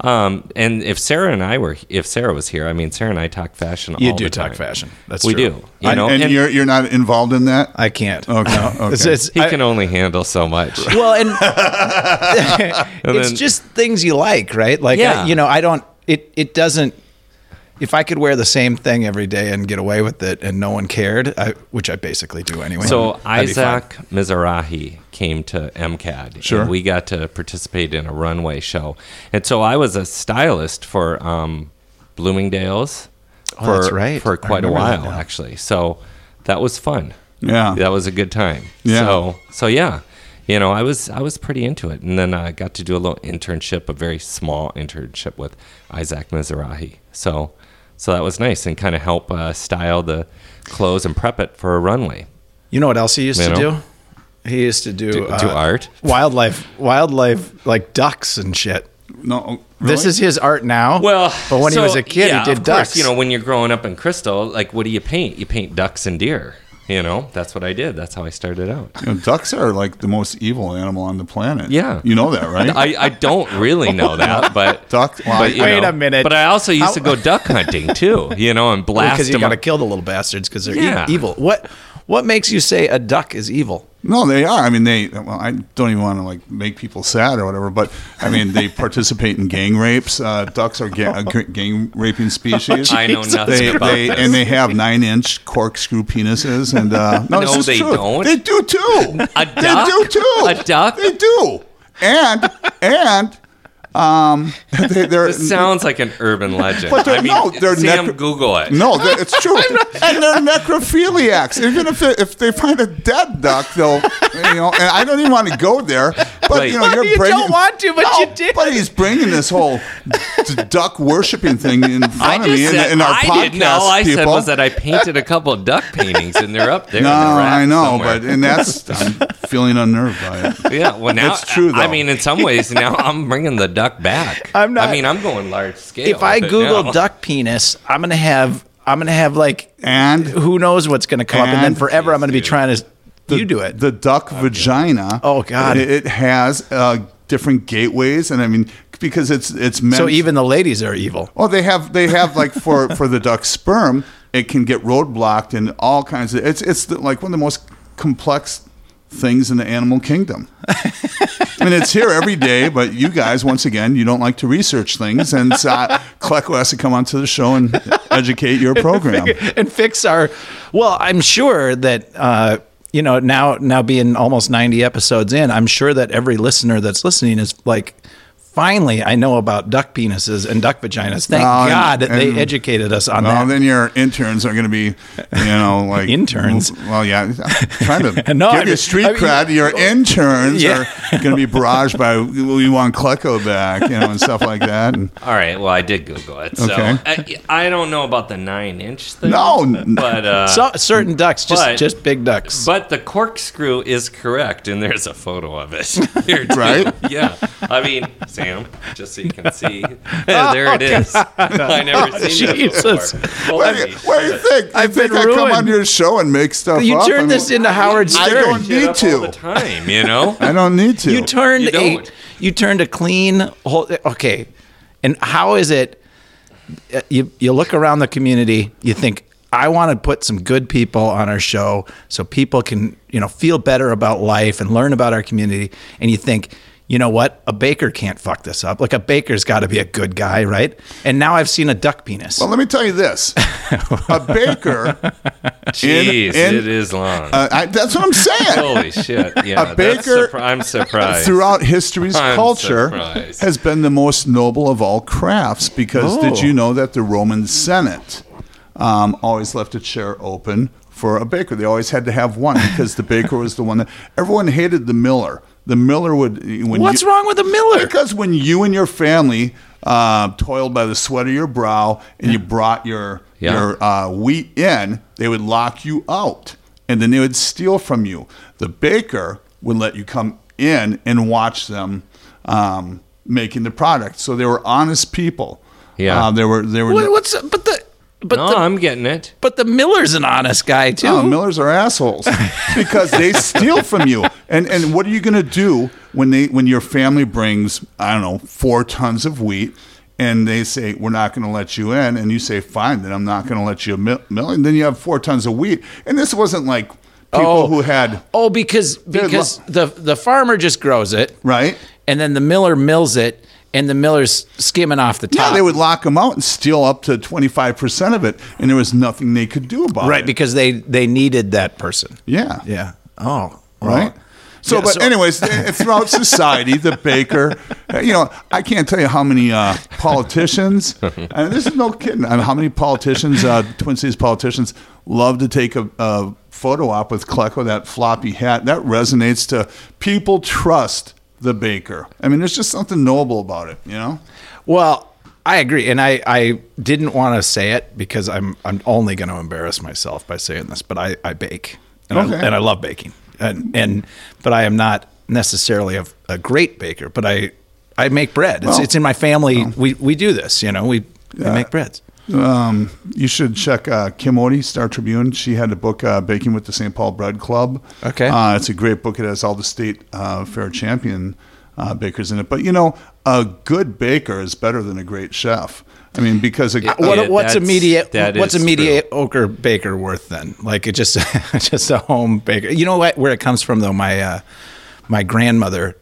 S2: Um, and if Sarah and I were, if Sarah was here, I mean, Sarah and I talk fashion.
S1: you
S2: all
S1: do
S2: the
S1: talk
S2: time.
S1: fashion. That's
S2: we
S1: true.
S2: do. You know,
S3: and, you're you're not involved in that.
S1: I can't.
S3: Okay, okay.
S1: It's, it's,
S2: he
S1: I-
S2: can only handle so much.
S1: well and it's
S2: then-
S1: just things you like right like
S2: Yeah.
S1: I, you know i don't it it doesn't if i could wear the same thing every day and get away with it and no one cared I, which i basically do anyway
S2: So
S1: I'd be fine.
S2: Isaac Mizrahi came to MCAD.
S3: Sure.
S2: And we got to participate in a runway show. And so I was a stylist for um, Bloomingdale's
S1: Oh,
S2: for,
S1: that's right.
S2: for
S1: I
S2: quite a
S1: remember that
S2: while,
S1: now.
S2: actually. So that was fun.
S3: Yeah.
S2: That was a good time.
S3: Yeah.
S2: So, so yeah. You know, I was I was pretty into it, and then I got to do a little internship, a very small internship with Isaac Mizrahi. So, so that was nice, and kind of help uh, style the clothes and prep it for a runway.
S1: you know what else he used
S2: You
S1: to
S2: know?
S1: do he used to do uh,
S2: Do- do art?
S1: wildlife wildlife like ducks and shit
S3: No. oh,
S1: this is his art now
S2: Well,
S1: but when
S2: so,
S1: he was a kid
S2: yeah,
S1: he did
S2: of course,
S1: ducks
S2: you know, when you're growing up in Crystal, like, what do you paint? You paint ducks and deer. You know, that's what I did. That's how I started out.
S3: You know, ducks are like the most evil animal on the planet.
S2: Yeah.
S3: You know that, right?
S2: I, I don't really know that, but
S3: Duck. Well,
S2: but, you
S1: Wait
S2: know,
S1: a minute.
S2: But I also used to go duck hunting too. You know, and blast
S1: because you
S2: them.
S1: got to kill the little bastards because they're e-
S2: Yeah.
S1: evil. What what makes you say a duck is evil?
S3: No, they are. I mean, they. Well, I don't even want to like make people sad or whatever, but I mean, they participate in gang rapes. Uh, ducks are ga- a g- gang raping species.
S2: I know nothing
S3: They,
S2: about
S3: they
S2: this.
S3: and they have nine inch corkscrew penises and uh, no, it's
S2: No,
S3: just
S2: they
S3: true.
S2: don't.
S3: They do too.
S2: A
S3: They
S2: duck?
S3: do too.
S2: A duck?
S3: They do. And and um, they, they're
S2: This sounds like an urban legend.
S3: But they're-
S2: I mean,
S3: no, they're
S2: Sam,
S3: necro-
S2: Google it.
S3: No, they- it's true. and they're necrophiliacs. Even if they, if they find a dead duck, they'll you know. And I don't even want to go there. But
S2: Right.
S3: you know, you're
S1: You
S3: bringing,
S1: don't want to, but
S3: No,
S1: you did.
S3: But he's bringing this whole d- duck worshiping thing in front
S2: I
S3: of
S2: just
S3: me in,
S2: said,
S3: in our
S2: I
S3: podcast.
S2: didn't know. All I
S3: people.
S2: said was that I painted a couple of duck paintings, and they're up there. in
S3: no,
S2: the rack
S3: I know,
S2: somewhere.
S3: but and that's I'm feeling unnerved by it.
S2: yeah, well now
S3: It's true,
S2: I
S3: though.
S2: mean, in some ways, now I'm bringing the duck back.
S1: I'm not-
S2: I mean, I'm going large scale.
S1: If I
S2: with it
S1: Google
S2: now.
S1: duck penis, I'm gonna have I'm gonna have like
S3: And-
S1: who knows what's gonna come up, and then
S3: And-
S1: forever I'm gonna be trying to you do it.
S3: The duck vagina.
S1: Oh, God.
S3: It, it has uh, different gateways, and I mean because it's it's meant.
S1: so even the ladies are evil.
S3: Oh, they have they have like for for the duck sperm, it can get roadblocked and all kinds of. It's it's the, like one of the most complex things in the animal kingdom. I mean, it's here every day, but you guys, once again, you don't like to research things, and so I- Klecko has to come onto the show and educate your program.
S1: and fix our well i'm sure that uh you know now now being almost 90 episodes in i'm sure that every listener that's listening is like finally i know about duck penises and duck vaginas thank
S3: Oh, and-
S1: god that they
S3: and-
S1: educated us on
S3: Well,
S1: that
S3: then your interns are going to be, you know, like
S1: Interns?
S3: Well, yeah, I'm trying to
S1: No,
S3: give
S1: I
S3: you
S1: mean-
S3: street
S1: I mean-
S3: cred. Your interns
S1: Yeah.
S3: are going to be barraged by we want Klecko back, you know, and stuff like that. And
S2: All right. Well, I did Google it. So uh,
S3: Okay.
S2: I, I don't know about the nine inch thing.
S3: No, n-
S2: But, uh,
S1: so, certain ducks just
S2: but-
S1: just big ducks
S2: but the corkscrew is correct, and there's a photo of it. Here, too.
S3: Right?
S2: Yeah. I mean, Sam, just so you can see. there it is. I never seen
S1: Jesus.
S2: that before.
S3: what, do
S2: Holy
S3: you, what do you think? You
S1: I've
S3: think
S1: been
S3: I come
S1: ruined.
S3: on your show and make stuff
S1: you
S3: up? I
S1: turned
S3: mean,
S1: this into howard
S3: I
S1: stern
S3: don't
S2: shit
S3: need
S2: up
S3: to.
S2: all the time, you know.
S3: I don't need to.
S1: you turned
S2: You
S1: a
S2: don't.
S1: you turned a clean whole okay and how is it uh, you you look around the community you think i want to put some good people on our show so people can you know feel better about life and learn about our community and you think you know what a baker can't fuck this up like a baker's got to be a good guy right and now i've seen a duck penis
S3: well, let me tell you this: a baker.
S2: Jeez,
S3: in-
S2: it is long.
S3: uh, I, that's what I'm saying.
S2: Holy shit! Yeah, that's
S3: a baker
S2: surpri- I'm surprised.
S3: throughout history's
S2: I'm
S3: culture
S2: surprised.
S3: has been the most noble of all crafts because did you know that the Roman Senate um, always left a chair open for a baker? They always had to have one because the baker was the one that everyone hated the miller. The miller would. When
S1: what's
S3: you-
S1: wrong with a miller
S3: because when you and your family uh, toiled by the sweat of your brow and you brought your
S2: Yeah.
S3: your uh, wheat in, they would lock you out, and then they would steal from you. The baker would let you come in and watch them um, making the product. So they were honest people.
S2: Yeah.
S3: uh, they were. They were.
S1: what, what's but the but
S2: no,
S1: the
S2: I'm getting it.
S1: but the miller's an honest guy too
S3: Oh, millers are assholes because they steal from you. And and what are you going to do when they when your family brings I don't know four tons of wheat and they say we're not going to let you in and you say fine then I'm not going to let you mill mill and then you have four tons of wheat and this wasn't like
S1: Oh.
S3: people who had
S1: Oh, because
S3: lo-
S1: because the the farmer just grows it,
S3: right.
S1: and then the miller mills it, and the miller's skimming off the top.
S3: Yeah, they would lock them out and steal up to 25% of it, and there was nothing they could do about it.
S1: right because they they needed that person.
S3: Yeah.
S1: Yeah. Oh.
S3: right? So,
S1: Yeah,
S3: but
S1: so-
S3: anyways, th- throughout society, the baker, eh, you know, I can't tell you how many uh, politicians, and this is no kidding, and how many politicians, uh, Twin Cities politicians, love to take a, a photo op with Klecko, that floppy hat. That resonates to people trust the baker. I mean, there's just something noble about it, you know?
S1: Well, I agree, and I I didn't want to say it because I'm I'm only going to embarrass myself by saying this, but I I bake, and,
S3: Okay.
S1: I, and I love baking, and and but I am not necessarily a, a great baker, but I I make bread. It's
S3: Well, oh.
S1: it's in my family. We we do this, you know. We, we make breads.
S3: Um, you should check uh, Kim Odie, Star Tribune. She had a book, uh, Baking with the St. Paul Bread Club.
S1: Okay.
S3: Uh, it's a great book. It has all the state uh, fair champion uh, bakers in it. But, you know, a good baker is better than a great chef. I mean, because a,
S1: What,
S2: Yeah,
S1: what's a
S2: that's-
S1: media
S2: that
S1: what's a
S2: is
S1: mediocre baker worth then? Like it just just a home baker. You know what where it comes from though. My uh, my grandmother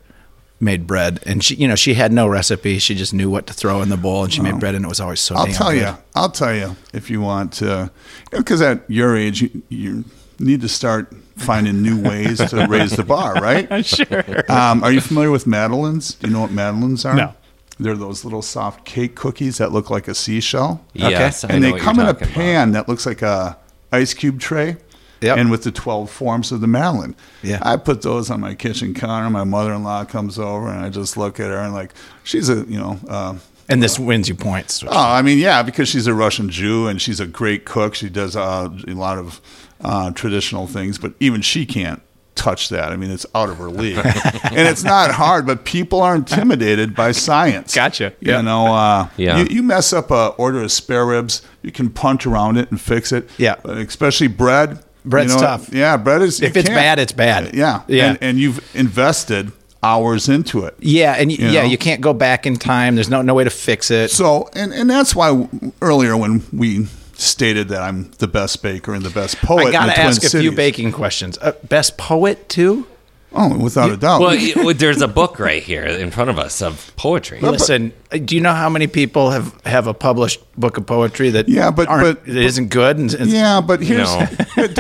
S1: made bread and she you know she had no recipe. She just knew what to throw in the bowl and she made bread and it was always so.
S3: I'll
S1: damn
S3: tell
S1: good.
S3: you. I'll tell you if you want uh, to, because at your age, you, you need to start finding new ways to raise the bar, right? sure. Um, are you familiar with Madeleines? Do you know what Madeleines are?
S4: No.
S3: They're those little soft cake cookies that look like a seashell.
S2: Yes, I
S3: and
S2: know
S3: they
S2: what
S3: come
S2: you're
S3: in a
S2: talking about.
S3: pan that looks like a ice cube tray.
S1: Yep.
S3: And with the twelve forms of the Madeline.
S1: Yeah.
S3: I put those on my kitchen counter. My mother in law comes over and I just look at her and like she's a you know uh,
S1: And this wins you points.
S3: Oh, I mean, yeah, because she's a Russian Jew and she's a great cook. She does uh, a lot of uh, traditional things, but even she can't touch that. I mean, it's out of her league, and it's not hard. But people are intimidated by science.
S4: Gotcha.
S3: You
S4: Yeah.
S3: know, uh,
S2: Yeah.
S3: You, you mess up a order of spare ribs, you can punch around it and fix it.
S1: Yeah.
S3: but especially bread.
S1: Bread's tough.
S3: Yeah, bread is.
S1: If
S3: you
S1: it's
S3: can't-
S1: bad, it's bad.
S3: Yeah,
S1: Yeah.
S3: And, and you've invested hours into it.
S1: Yeah, and y
S3: You
S1: yeah,
S3: know?
S1: you can't go back in time. There's no no way to fix it.
S3: So, and, and that's why w- earlier when we stated that I'm the best baker and the best poet,
S1: I
S3: in the
S1: gotta
S3: Twin
S1: ask a few
S3: Cities.
S1: baking questions. Uh, best poet too.
S3: Oh, without a doubt.
S2: Well, y- well, there's a book right here in front of us of poetry.
S1: Listen, uh, do you know how many people have have a published book of poetry that
S3: Yeah, but-
S1: aren't,
S3: but-
S1: that isn't good and, and
S3: yeah, but here's.
S2: No.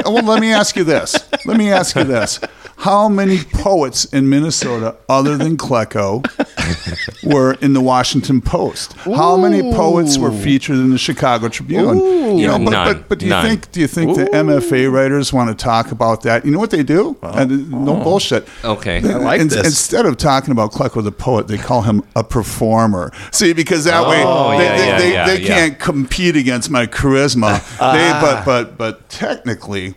S3: well, let me ask you this. Let me ask you this. How many poets in Minnesota, other than Klecko, were in the Washington Post? How many poets were featured in the Chicago Tribune? You know,
S2: Yeah,
S3: but,
S2: none.
S3: but, but do you
S2: None.
S3: think do you think the MFA writers want to talk about that? You know what they do? And uh, no bullshit.
S2: oh. Okay.
S3: They-
S2: I
S1: like
S3: in-
S1: this.
S3: Instead of talking about Klecko the poet, they call him a performer. See, because that way
S2: Oh,
S3: they,
S2: yeah,
S3: they,
S2: yeah,
S3: they,
S2: yeah,
S3: they
S2: yeah.
S3: can't compete against my charisma. they, but but but technically,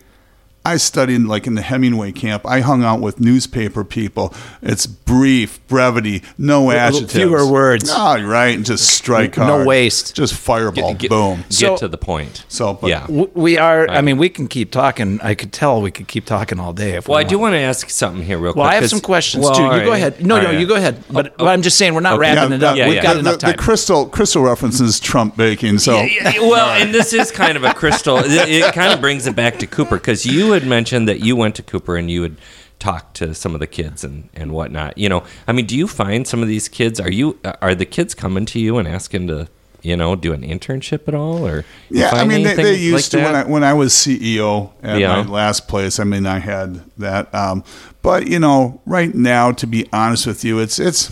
S3: I studied like in the Hemingway camp. I hung out with newspaper people. It's brief, brevity, no adjectives,
S1: fewer words.
S3: Oh, right, and just strike
S1: No
S3: hard.
S1: waste.
S3: Just fireball,
S2: Get-
S3: boom.
S2: Get
S1: So-
S2: to the point.
S3: So, but-
S2: yeah.
S1: W- we are. I mean, we can keep talking. I could tell we could keep talking all day. If
S2: Well, I
S1: we
S2: do
S1: want.
S2: want to ask something here, real quick.
S1: Well, I have
S2: 'cause-
S1: some questions
S2: Well,
S1: too. You
S2: all
S1: go
S2: right.
S1: ahead. No,
S2: All
S1: no,
S2: right. Oh,
S1: you go ahead. But, but I'm just saying we're not
S2: Okay.
S1: wrapping
S3: Yeah,
S1: it up.
S3: yeah,
S1: We've
S2: yeah.
S1: got
S3: the,
S1: enough
S3: the- the
S1: time.
S3: crystal crystal references Trump baking. So
S2: Yeah, yeah, well, and this is kind of a crystal. It, it kind of brings it back to Cooper because you had mentioned that you went to Cooper and you had talked to some of the kids and, and whatnot. You know, I mean, do you find some of these kids? Are you are the kids coming to you and asking to you know do an internship at all or you
S3: Yeah, I
S2: find
S3: mean, they,
S2: anything
S3: they used
S2: like
S3: to when I,
S2: that?
S3: when I was CEO at
S2: Yeah.
S3: my last place. I mean, I had that, um, but you know, right now, to be honest with you, it's it's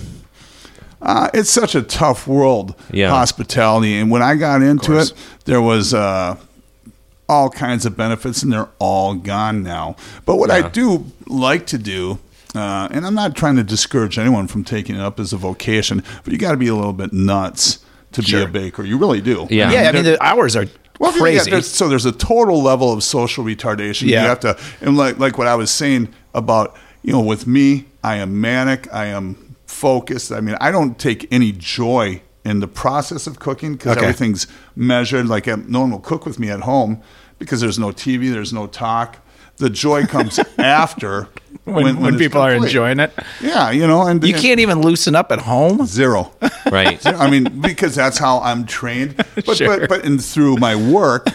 S3: uh, it's such a tough world,
S2: Yeah.
S3: hospitality. And when I got into it, there was uh, all kinds of benefits, and they're all gone now. But what I do like to do. Uh, and I'm not trying to discourage anyone from taking it up as a vocation, but you got to be a little bit nuts to be a baker. You really do.
S2: Yeah.
S1: yeah, I mean the hours are
S3: Well, if you- yeah,
S1: crazy.
S3: there's- so there's a total level of social retardation.
S1: Yeah.
S3: You have to, and like like what I was saying about you know, with me, I am manic. I am focused. I mean, I don't take any joy in the process of cooking because
S1: Okay.
S3: everything's measured. Like um, no one will cook with me at home because there's no TV, there's no talk. The joy comes after
S4: When, when,
S3: it's
S4: people are
S3: complete.
S4: enjoying it.
S3: Yeah, you know, and
S1: you
S3: and-
S1: can't even loosen up at home.
S3: zero.
S2: right.
S3: I mean, because that's how I'm trained. But
S4: Sure.
S3: but but and through my work,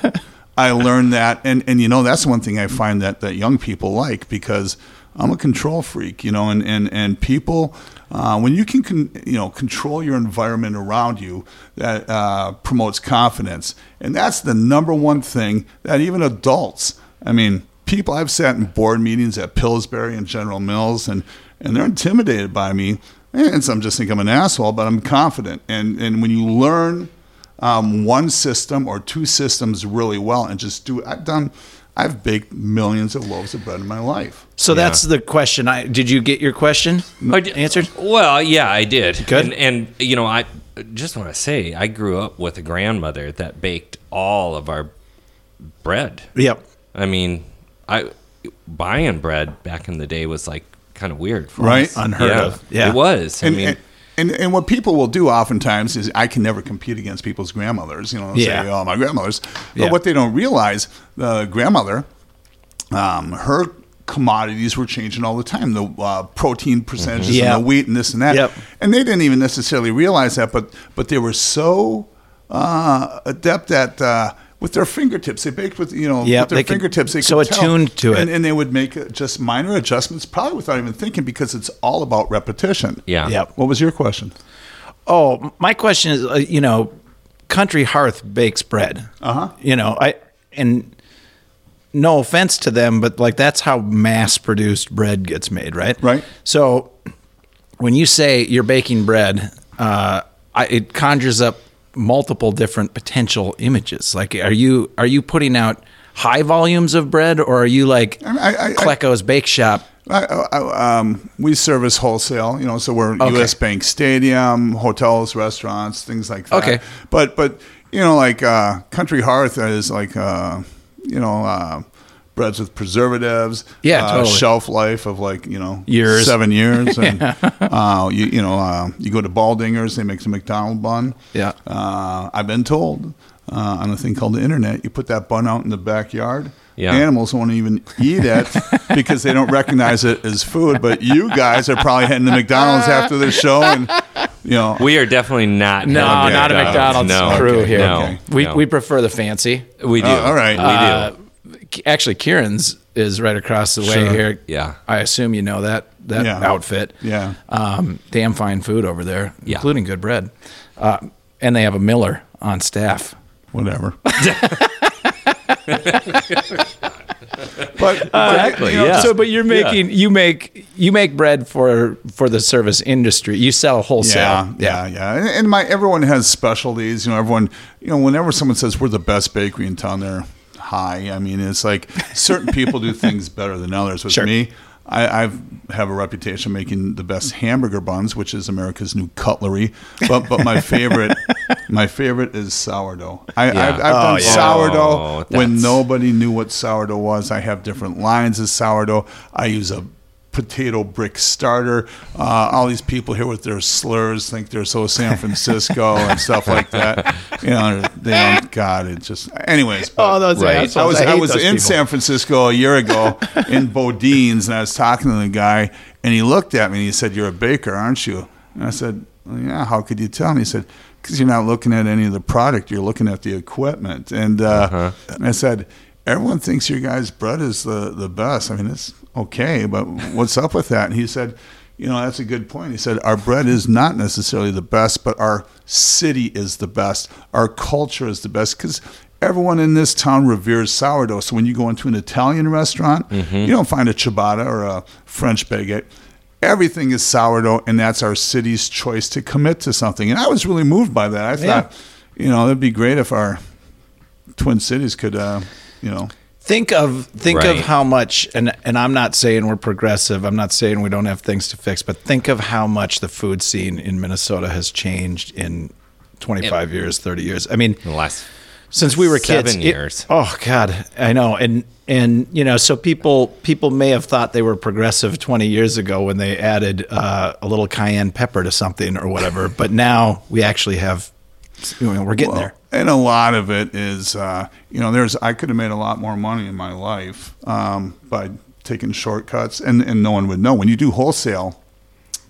S3: I learned that, and and you know that's one thing I find that that young people like because I'm a control freak, you know, and and and people. Uh, when you can, con- you know, control your environment around you, that uh, promotes confidence, and that's the number one thing that even adults. I mean, people I've sat in board meetings at Pillsbury and General Mills, and and they're intimidated by me. And some just think I'm an asshole, but I'm confident. And and when you learn um, one system or two systems really well and just do it, I've done, I've baked millions of loaves of bread in my life.
S1: So that's the question. I did you get your question
S2: Or Oh, d-
S1: answered?
S2: Well, yeah, I did.
S1: Good.
S2: And, and you know, I just want to say I grew up with a grandmother that baked all of our bread.
S1: Yep.
S2: I mean, I buying bread back in the day was like kind of weird, for
S3: Right?
S2: us.
S1: Unheard
S2: Yeah,
S1: of. Yeah.
S2: it was. I
S3: And,
S2: mean,
S3: and, And, and what people will do oftentimes is I can never compete against people's grandmothers. You know, they'll
S1: Yeah.
S3: say, oh, my grandmother's. But
S1: Yeah.
S3: what they don't realize, the grandmother, um, her commodities were changing all the time. The uh, protein percentages
S1: Yeah.
S3: and the wheat and this and that.
S1: Yep.
S3: And they didn't even necessarily realize that, but but they were so uh, adept at. Uh, with their fingertips, they baked with you know
S1: Yep,
S3: with their
S1: they could-
S3: fingertips. They
S1: so
S3: could tell.
S1: attuned to it.
S3: and, and they would make uh, just minor adjustments, probably without even thinking, because it's all about repetition.
S2: Yeah.
S1: Yep.
S3: What was your question?
S1: Oh, m- my question is, uh, you know, country hearth bakes bread.
S3: Uh-huh.
S1: Uh huh. You know, I and no offense to them, but like that's how mass-produced bread gets made, right?
S3: Right.
S1: So when you say you're baking bread, uh, I, it conjures up multiple different potential images. Like, are you are you putting out high volumes of bread, or are you like
S3: I- I- I-
S1: Klecko's Bake Shop?
S3: I, I, um, we service wholesale, you know, so we're
S1: Okay.
S3: U.S. Bank Stadium, hotels, restaurants, things like that.
S1: Okay.
S3: but but you know, like uh, Country Hearth is like uh, you know uh, breads with preservatives.
S1: Yeah,
S3: uh,
S1: totally.
S3: shelf life of like you know
S1: Years.
S3: seven years, and uh, you you know uh, you go to Baldingers, they make the McDonald bun.
S1: Yeah.
S3: uh, I've been told. Uh, on a thing called the internet, you put that bun out in the backyard.
S2: Yeah.
S3: Animals won't even eat it because they don't recognize it as food. But you guys are probably heading to McDonald's after the show, and you know,
S2: We are definitely not.
S1: No,
S2: having
S1: not a McDonald's
S2: No,
S1: crew
S2: Okay.
S1: here.
S2: No,
S3: Okay.
S1: We
S2: no.
S1: we prefer the fancy.
S2: we do.
S3: Oh, all right.
S2: we
S1: Uh,
S2: do.
S1: K- actually, Kieran's is right across the way
S3: Sure.
S1: here.
S2: Yeah.
S1: I assume you know that that
S3: Yeah.
S1: outfit.
S3: Yeah.
S1: um, damn fine food over there,
S2: Yeah.
S1: including good bread, uh, and they have a miller on staff.
S3: whatever.
S1: Uh,
S2: Uh,
S3: but
S2: Exactly,
S3: you know,
S2: yeah.
S1: So, but you're making you make you make bread for for the service industry. You sell wholesale.
S3: Yeah, yeah, yeah. And, and my everyone has specialties. You know, everyone. You know, whenever someone says we're the best bakery in town, they're high. I mean, it's like certain people do things better than others. With
S1: Sure.
S3: me, I I've, have a reputation making the best hamburger buns, which is America's new cutlery. But but my favorite, my favorite is sourdough. I,
S2: Yeah.
S3: I've, I've done
S2: yeah. Oh,
S3: sourdough when
S2: that's-
S3: nobody knew what sourdough was. I have different lines of sourdough. I use a potato brick starter. Uh, all these people here with their slurs think they're so San Francisco and stuff like that. You know, they don't. God, it just. Anyways, but
S1: Oh, those
S2: Right.
S1: assholes.
S3: I was
S1: hate
S3: I, was
S1: those
S3: in
S1: people.
S3: San Francisco a year ago in Bodine's, and I was talking to the guy, and he looked at me and he said, "You're a baker, aren't you?" And I said, "Well, "Yeah." How could you tell? And he said, "Because you're not looking at any of the product; you're looking at the equipment." And, uh,
S1: Uh-huh.
S3: and I said, "Everyone thinks your guys' bread is the the best. I mean, it's okay, but what's up with that?" And he said. You know, that's a good point. He said, Our bread is not necessarily the best, but our city is the best. Our culture is the best because everyone in this town reveres sourdough. So when you go into an Italian restaurant, you don't find a ciabatta or a French baguette. Everything is sourdough, and that's our city's choice to commit to something. And I was really moved by that. I thought, you know, it'd be great if our Twin Cities could, uh, you know,
S1: Think of think of
S2: Right.
S1: how much and and I'm not saying we're progressive. I'm not saying we don't have things to fix, but think of how much the food scene in Minnesota has changed in 25 years, 30 years. I mean,
S2: In the last
S1: since we were kids.
S2: seven
S1: it-
S2: years.
S1: oh God, I know. And and you know, so people people may have thought they were progressive 20 years ago when they added uh, a little cayenne pepper to something or whatever, but now we actually have you know, we're getting there.
S3: Well, And a lot of it is, uh, you know, there's I could have made a lot more money in my life um, by taking shortcuts, and and no one would know. When you do wholesale,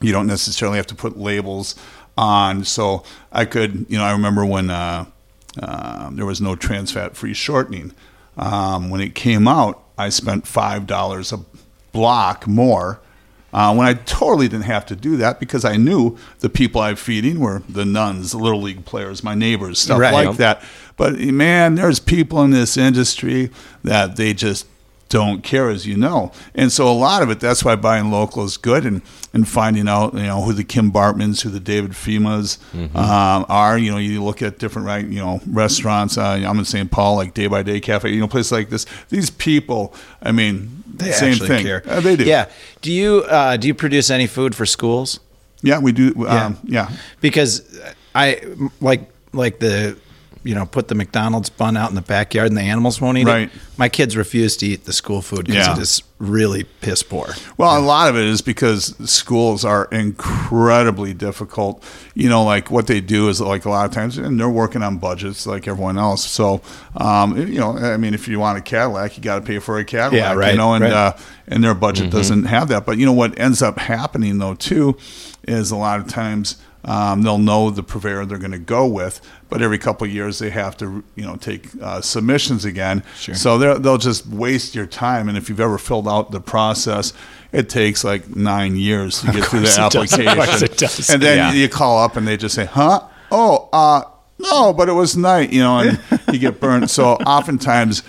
S3: you don't necessarily have to put labels on. So I could, you know, I remember when uh, um, there was no trans fat free shortening. Um, when it came out, I spent five dollars a block more. Uh, when I totally didn't have to do that because I knew the people I'm feeding were the nuns, the little league players, my neighbors, stuff
S1: Right.
S3: like that. But man, there's people in this industry that they just don't care, as you know. And so a lot of it, that's why buying local is good and, and finding out, you know, who the Kim Bartmans, who the David Femas
S1: Mm-hmm.
S3: um, are. You know, you look at different, right, you know, restaurants. Uh, I'm in St. Paul, like Day by Day Cafe, you know, places like this. These people, I mean,
S1: They
S3: same
S1: actually
S3: thing.
S1: care.
S3: Uh, they do.
S1: Yeah. Do you uh, do you produce any food for schools? Um,
S3: Yeah, we do. Um, yeah.
S1: because I like like the you know put the McDonald's bun out in the backyard and the animals won't eat
S3: Right.
S1: it. My kids refuse to eat the school food because
S3: Yeah.
S1: it is really piss poor.
S3: Well, a lot of it is because schools are incredibly difficult. You know, like what they do is like a lot of times, and they're working on budgets like everyone else. So, um, you know, I mean, if you want a Cadillac, you got to pay for a
S1: Yeah,
S3: Cadillac.
S1: right,
S3: You know, and
S1: right.
S3: uh, and their budget doesn't have that. But you know what ends up happening though too is a lot of times. Um, they'll know the purveyor they're going to go with, but every couple of years they have to, you know, take uh, submissions again. Sure. So they'll they'll just waste your time. And if you've ever filled out the process, it takes like nine years to get through the application.
S1: it does.
S3: And then
S2: Yeah.
S3: you call up and they just say, "Huh? Oh, uh, no, but it was night," you know, and you get burnt. So oftentimes,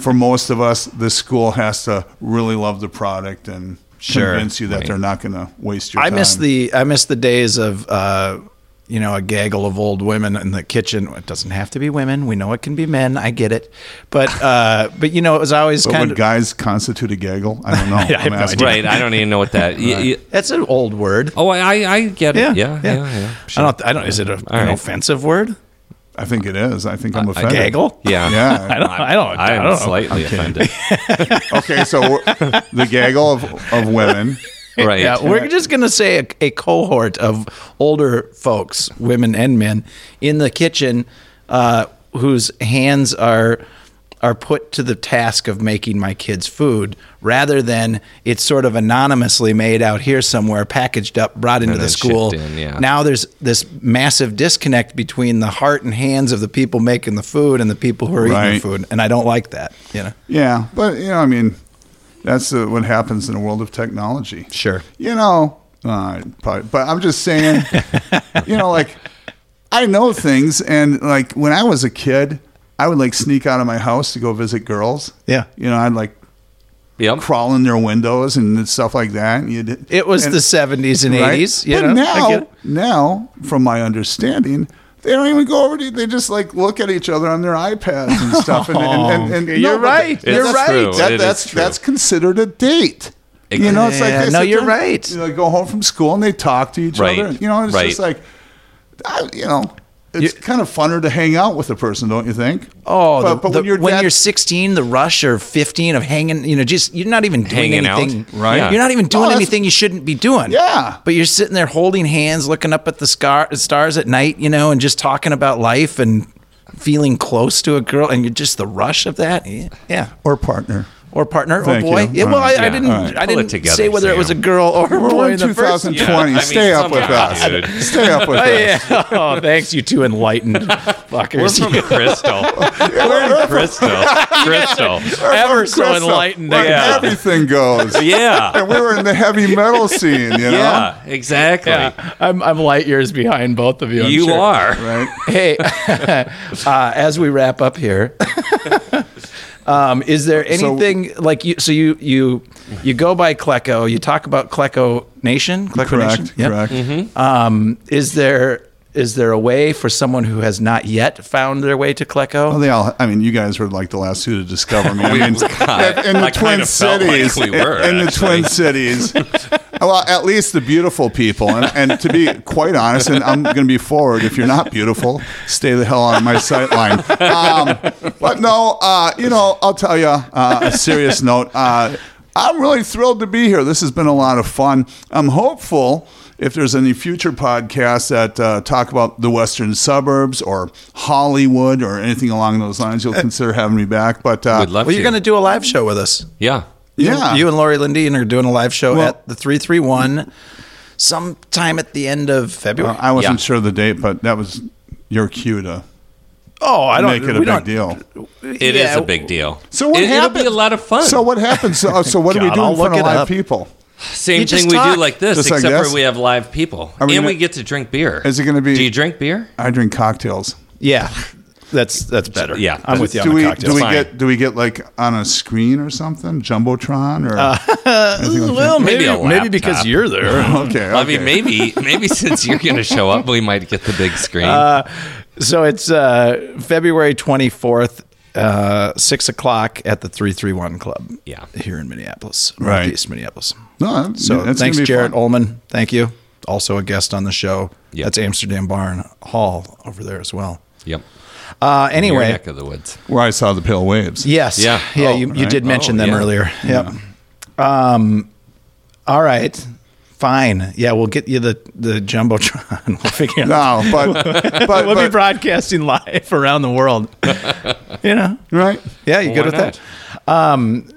S3: for most of us, the school has to really love the product and
S1: Sure.
S3: convince you that they're not going to waste your.
S1: I
S3: time.
S1: miss the I miss the days of uh, you know a gaggle of old women in the kitchen. It doesn't have to be women. We know it can be men. I get it, but uh, but you know it was always
S3: But
S1: kind
S3: would
S1: of
S3: guys constitute a gaggle? I don't know.
S1: I have no idea.
S2: Right. I don't even know what that. y- y-
S1: that's an old word.
S2: oh, I, I, I get it. Yeah. Yeah. Yeah.
S1: I don't. I don't. Is it a, an
S2: right.
S1: offensive word?
S3: I think it is. I think I'm offended.
S1: Gaggle.
S2: Yeah.
S3: Yeah.
S1: I don't. I don't.
S2: I
S1: I
S2: am
S1: don't know.
S2: slightly offended.
S3: Okay, so we're- the gaggle of, of women.
S2: Right.
S1: Yeah, we're just going to say a, a cohort of older folks, women and men, in the kitchen, uh, whose hands are are put to the task of making my kids food, rather than it's sort of anonymously made out here somewhere, packaged up, brought into
S2: then
S1: the school.
S2: shipped in, yeah.
S1: Now there's this massive disconnect between the heart and hands of the people making the food and the people who are eating the
S3: Right.
S1: food, and I don't like that. You know,
S3: Yeah, but you know, I mean, that's uh, what happens in the world of technology.
S1: Sure.
S3: You know, uh, probably, but I'm just saying, you know, like I know things, and like when I was a kid, I would like sneak out of my house to go visit girls.
S1: Yeah.
S3: You know, I'd like
S2: Yep.
S3: crawl in their windows and stuff like that. And you did.
S1: it was
S3: and-
S1: the '70s and
S3: right?
S1: '80s. You
S3: but
S1: know, I get
S3: now,
S1: it.
S3: now, from my understanding, they don't even go over to. They just like look at each other on their iPads and stuff. And, and, and, and
S1: You're
S3: but
S1: right.
S3: that-
S2: You're
S3: that's-
S2: right.
S3: That,
S2: It is
S3: that's
S2: true.
S3: that's considered a date.
S2: It-
S3: you know, it's like
S1: Yeah,
S3: they
S1: no,
S3: sit
S1: you're
S3: there,
S1: right.
S3: You know, they go home from school and they talk to each
S2: Right.
S3: other. You know, it's
S2: Right.
S3: just like, I, you know. It's kind of funner to hang out with a person, don't you think?
S1: Oh,
S3: but,
S1: the,
S3: but
S1: the-
S3: when you're that-
S1: 16, the rush or 15 of hanging, you know, just you're not even doing
S2: Hanging out,
S1: anything.
S2: right. Yeah.
S1: You're not even doing
S3: that's-
S1: anything you shouldn't be doing.
S3: Yeah.
S1: But you're sitting there holding hands, looking up at the scar- stars at night, you know, and just talking about life and feeling close to a girl. And you're just the rush of that. Yeah. Yeah.
S3: or partner.
S1: Or partner or
S3: Thank
S1: boy.
S3: you.
S1: Yeah, well, I,
S3: All right.
S1: I didn't,
S3: Yeah. All right.
S1: I
S2: Pull it
S1: didn't
S2: together,
S1: say whether it was a
S2: Sam.
S1: girl or a boy
S3: We're in
S1: in the first.
S3: 2020.
S2: Yeah, I mean,
S3: Stay up with
S2: come on,
S3: us.
S2: dude.
S3: Stay up with us.
S1: Yeah. Oh, thanks, you two enlightened
S2: We're
S1: fuckers.
S2: from Crystal. We're in Crystal. Crystal.
S1: Ever so
S3: Crystal,
S1: enlightened.
S3: where
S2: yeah.
S3: Everything goes.
S2: Yeah.
S3: and we were in the heavy metal scene, you know?
S2: Yeah. Exactly.
S1: I'm, I'm light years behind both of you. I'm
S2: You
S1: sure.
S2: are.
S3: Right?
S1: hey, uh, as we wrap up here, um, is there
S3: So-
S1: anything like you? So you you you go by Klecko. You talk about Klecko Nation. Klecko
S3: Correct,
S1: Nation. Yep.
S3: correct.
S2: Mm-hmm.
S1: Um, is there is there a way for someone who has not yet found their way to Klecko?
S3: Well, they all, I mean, you guys were like the last two to discover me. I mean,
S2: God,
S3: in the
S2: I
S3: Twin
S2: kind of felt like
S3: Cities.
S2: we were,
S3: in the
S2: actually.
S3: Twin Cities. Well, at least the beautiful people. And, and to be quite honest, and I'm going to be forward, if you're not beautiful, stay the hell out of my sight line. Um, but no, uh, you know, I'll tell you uh, a serious note. Uh, I'm really thrilled to be here. This has been a lot of fun. I'm hopeful if there's any future podcasts that uh, talk about the western suburbs or Hollywood or anything along those lines, you'll consider having me back. But uh,
S2: Would love
S1: Well, you're
S2: to.
S1: going to do a live show with us.
S2: Yeah.
S3: yeah,
S1: You and Lori Lindeen are doing a live show
S3: Well-
S1: at the 331 sometime at the end of February.
S3: Well, I wasn't
S2: Yeah.
S3: sure of the date, but that was your cue to
S1: oh, I don't
S3: make it a
S1: we
S3: big
S1: don't-
S3: deal.
S2: It is
S1: Yeah,
S2: a big deal.
S3: So what
S2: it,
S3: happened?
S2: It'll be a lot of fun.
S3: So what happened? So, uh, so what do we
S1: God,
S3: do
S1: I'll
S3: in front
S1: look
S3: of
S1: it
S3: live
S1: up.
S3: people?
S2: Same
S1: You just
S2: thing we
S1: talk.
S2: do like this,
S3: Just like
S2: except
S3: this?
S2: for we have live people,
S3: we
S2: and
S3: gonna-
S2: we get to drink beer.
S3: Is it gonna be-
S2: Do you drink beer?
S3: I drink cocktails.
S1: Yeah, that's that's better.
S2: Yeah.
S1: I'm with you
S3: Do
S1: on
S3: we
S1: the
S3: do
S1: cocktails.
S3: we
S2: Fine.
S3: get do we get like on a screen or something, jumbotron or? anything like
S1: well,
S3: that?
S1: maybe
S2: Maybe Uh, a
S1: maybe,
S2: laptop.
S1: because you're there.
S3: okay,
S2: I mean,
S3: okay.
S2: maybe, maybe since you're going to show up, we might get the big screen.
S3: Uh,
S1: so it's uh, February 24th, uh, six o'clock at the 331 Club.
S2: Yeah.
S1: here in Minneapolis,
S3: Right.
S1: Northeast Minneapolis.
S3: No, that-
S1: So
S3: that's
S1: thanks,
S3: gonna be
S1: Jared
S3: fun.
S1: Ullman. Thank you. Also a guest on the show.
S2: Yeah.
S1: That's Amsterdam Barn Hall over there as well.
S2: yep.
S1: Uh,
S2: Your
S1: anyway,
S2: neck of the woods.
S3: Where Oh, I saw the pale waves.
S1: yes,
S2: Yeah.
S1: yeah.
S2: Oh,
S1: you, you
S3: right.
S1: did mention
S2: Oh,
S1: them
S2: yeah.
S1: earlier. Yep.
S3: Yeah.
S1: Um, all right, fine. Yeah, we'll get you the the jumbotron. We'll figure it out.
S3: No, but but,
S4: We'll be
S3: but
S4: broadcasting live around the world. you know?
S3: right.
S1: Yeah, you
S2: Well,
S1: good
S2: why
S1: with that? Um,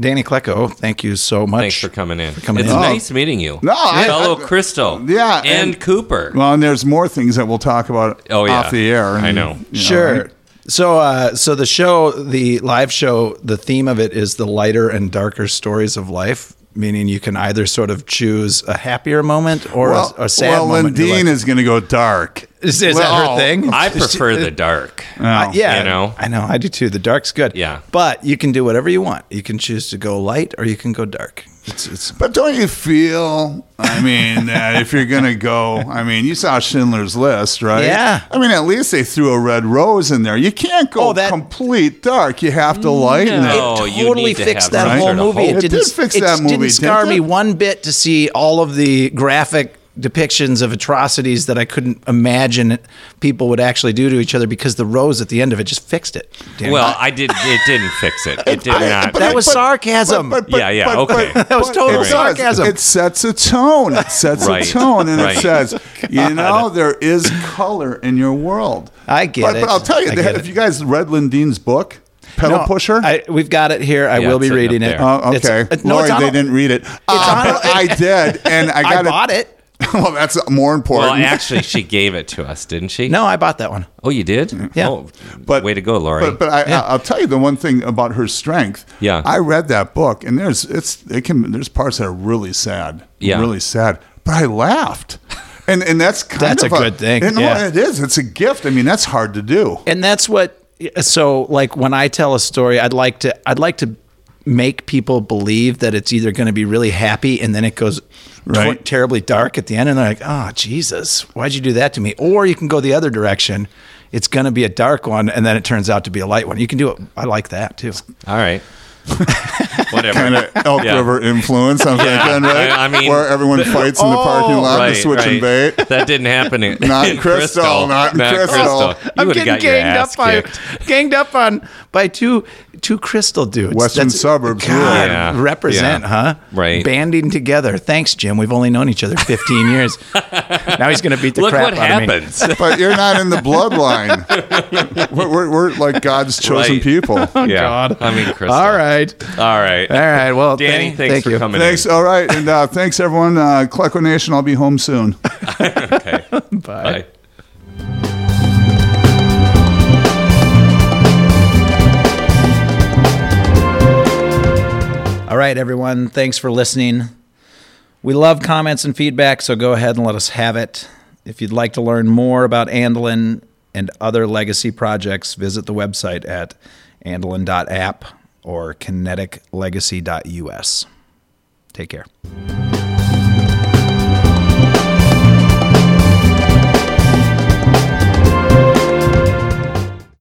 S1: Danny Klecko, thank you so much.
S2: Thanks for coming in.
S1: coming
S2: it's
S1: in.
S2: nice meeting you.
S3: Oh. No, I-
S2: fellow
S3: I-
S2: Crystal.
S3: Yeah,
S2: and,
S3: and-
S2: Cooper.
S3: Well, and there's more things that we'll talk about
S2: Oh, yeah.
S3: off the air.
S2: I know.
S3: you
S1: sure.
S3: right?
S1: So, uh, so the show, the live show, the theme of it is the lighter and darker stories of life. Meaning, you can either sort of choose a happier moment or
S3: Well,
S1: a, a sad
S3: well
S1: moment. in your
S3: Lindeen
S1: life.
S3: is going to go dark.
S1: is, is that
S3: well,
S1: her thing?
S2: I prefer the dark.
S1: Uh, yeah,
S2: You know?
S1: I know. I do too. The dark's good.
S2: Yeah.
S1: but you can do whatever you want. You can choose to go light or you can go dark. It's, it's
S3: But don't you feel? I mean, that if you're gonna go, I mean, you saw Schindler's List, right?
S1: Yeah.
S3: I mean, at least they threw a red rose in there. You can't go
S1: Oh, that-
S3: complete dark. You have to lighten
S2: No.
S3: it.
S2: Oh, you
S1: totally
S2: need to
S1: fixed
S2: have
S1: that
S2: some
S1: whole
S2: sort of
S1: movie.
S2: hope.
S3: It did fix that
S1: it
S3: movie,
S1: Didn't scar
S3: didn't
S1: me
S3: it?
S1: one bit to see all of the graphic depictions of atrocities that I couldn't imagine people would actually do to each other because the rose at the end of it just fixed it. Damn it.
S2: Well, I did. It didn't fix it. It did
S3: I-
S2: not.
S3: but-
S1: That was
S3: but-
S1: sarcasm.
S2: Yeah, yeah, okay.
S1: That was total
S3: it does.
S1: sarcasm.
S3: It sets a tone. It sets
S2: Right,
S3: a tone, and
S2: right.
S3: it says, you know, there is color in your world.
S1: I get
S3: but,
S1: it.
S3: But I'll tell you,
S1: I
S3: they had-
S1: get
S3: if
S1: it.
S3: you guys read Lindean's book, Pedal
S1: No,
S3: Pusher,
S1: I, we've got it here. I
S2: Yeah,
S1: will
S2: it's
S1: be
S2: sitting up
S1: reading it.
S2: there.
S3: Oh,
S1: It's-
S3: okay.
S1: uh, no,
S3: Lori,
S1: it's on
S3: they
S1: a-
S3: didn't read it. Uh,
S1: on a-
S3: I did, and I
S1: I
S3: got
S1: bought it.
S3: well, that's more important.
S2: well, actually, she gave it to us, didn't she?
S1: No, I bought that one.
S2: Oh, you did.
S1: Yeah.
S2: Oh,
S3: but
S2: way to go, Lori.
S3: But, but I, I- I'll tell you the one thing about her strength.
S2: Yeah.
S3: I read that book, and there's it's it can there's parts that are really sad.
S2: Yeah.
S3: really sad. But I laughed, and and that's kind
S1: That's
S3: of
S1: a good thing,
S3: and, no,
S1: yeah.
S3: it is. It's a gift. I mean, that's hard to do.
S1: and that's what so like when i tell a story i'd like to i'd like to make people believe that it's either going to be really happy and then it goes
S3: Right.
S1: tw- terribly dark at the end and they're like oh jesus why'd you do that to me or you can go the other direction it's going to be a dark one and then it turns out to be a light one you can do it i like that too
S2: All right. Whatever.
S3: Kind of Elk
S2: Yeah.
S3: River influence. I'm
S2: Yeah.
S3: thinking, right?
S2: I- I mean-
S3: where everyone fights in the parking lot
S2: Right,
S3: to switch and
S2: right.
S3: bait.
S2: That didn't happen. In,
S3: Not
S2: in
S3: Crystal, not in Crystal.
S2: You would've got your ass
S1: by
S2: kicked.
S1: ganged up on by two two crystal dudes.
S3: Western suburbs,
S1: God,
S3: really.
S2: Yeah.
S1: represent,
S2: Yeah.
S1: huh?
S2: Right.
S1: banding together. Thanks, Jim. We've only known each other fifteen years. now he's going to beat the
S2: Look
S1: crap
S2: what
S1: out of me.
S2: happens.
S3: But you're not in the bloodline. we're, we're, we're like God's chosen
S2: Right.
S3: people.
S2: yeah.
S1: Oh, God.
S2: I mean, Crystal.
S1: All right,
S2: All right.
S1: all right. Well,
S2: Danny,
S1: thank-
S2: thanks
S1: thank
S2: for
S1: you.
S2: coming
S3: Thanks. All right. And uh, thanks, everyone. Uh, Klecko Nation, I'll be home soon.
S2: in. Okay. Bye.
S1: All right, everyone. Thanks for listening. We love comments and feedback, so go ahead and let us have it. If you'd like to learn more about Andelin and other legacy projects, visit the website at andelin.app or kineticlegacy.us. Take care.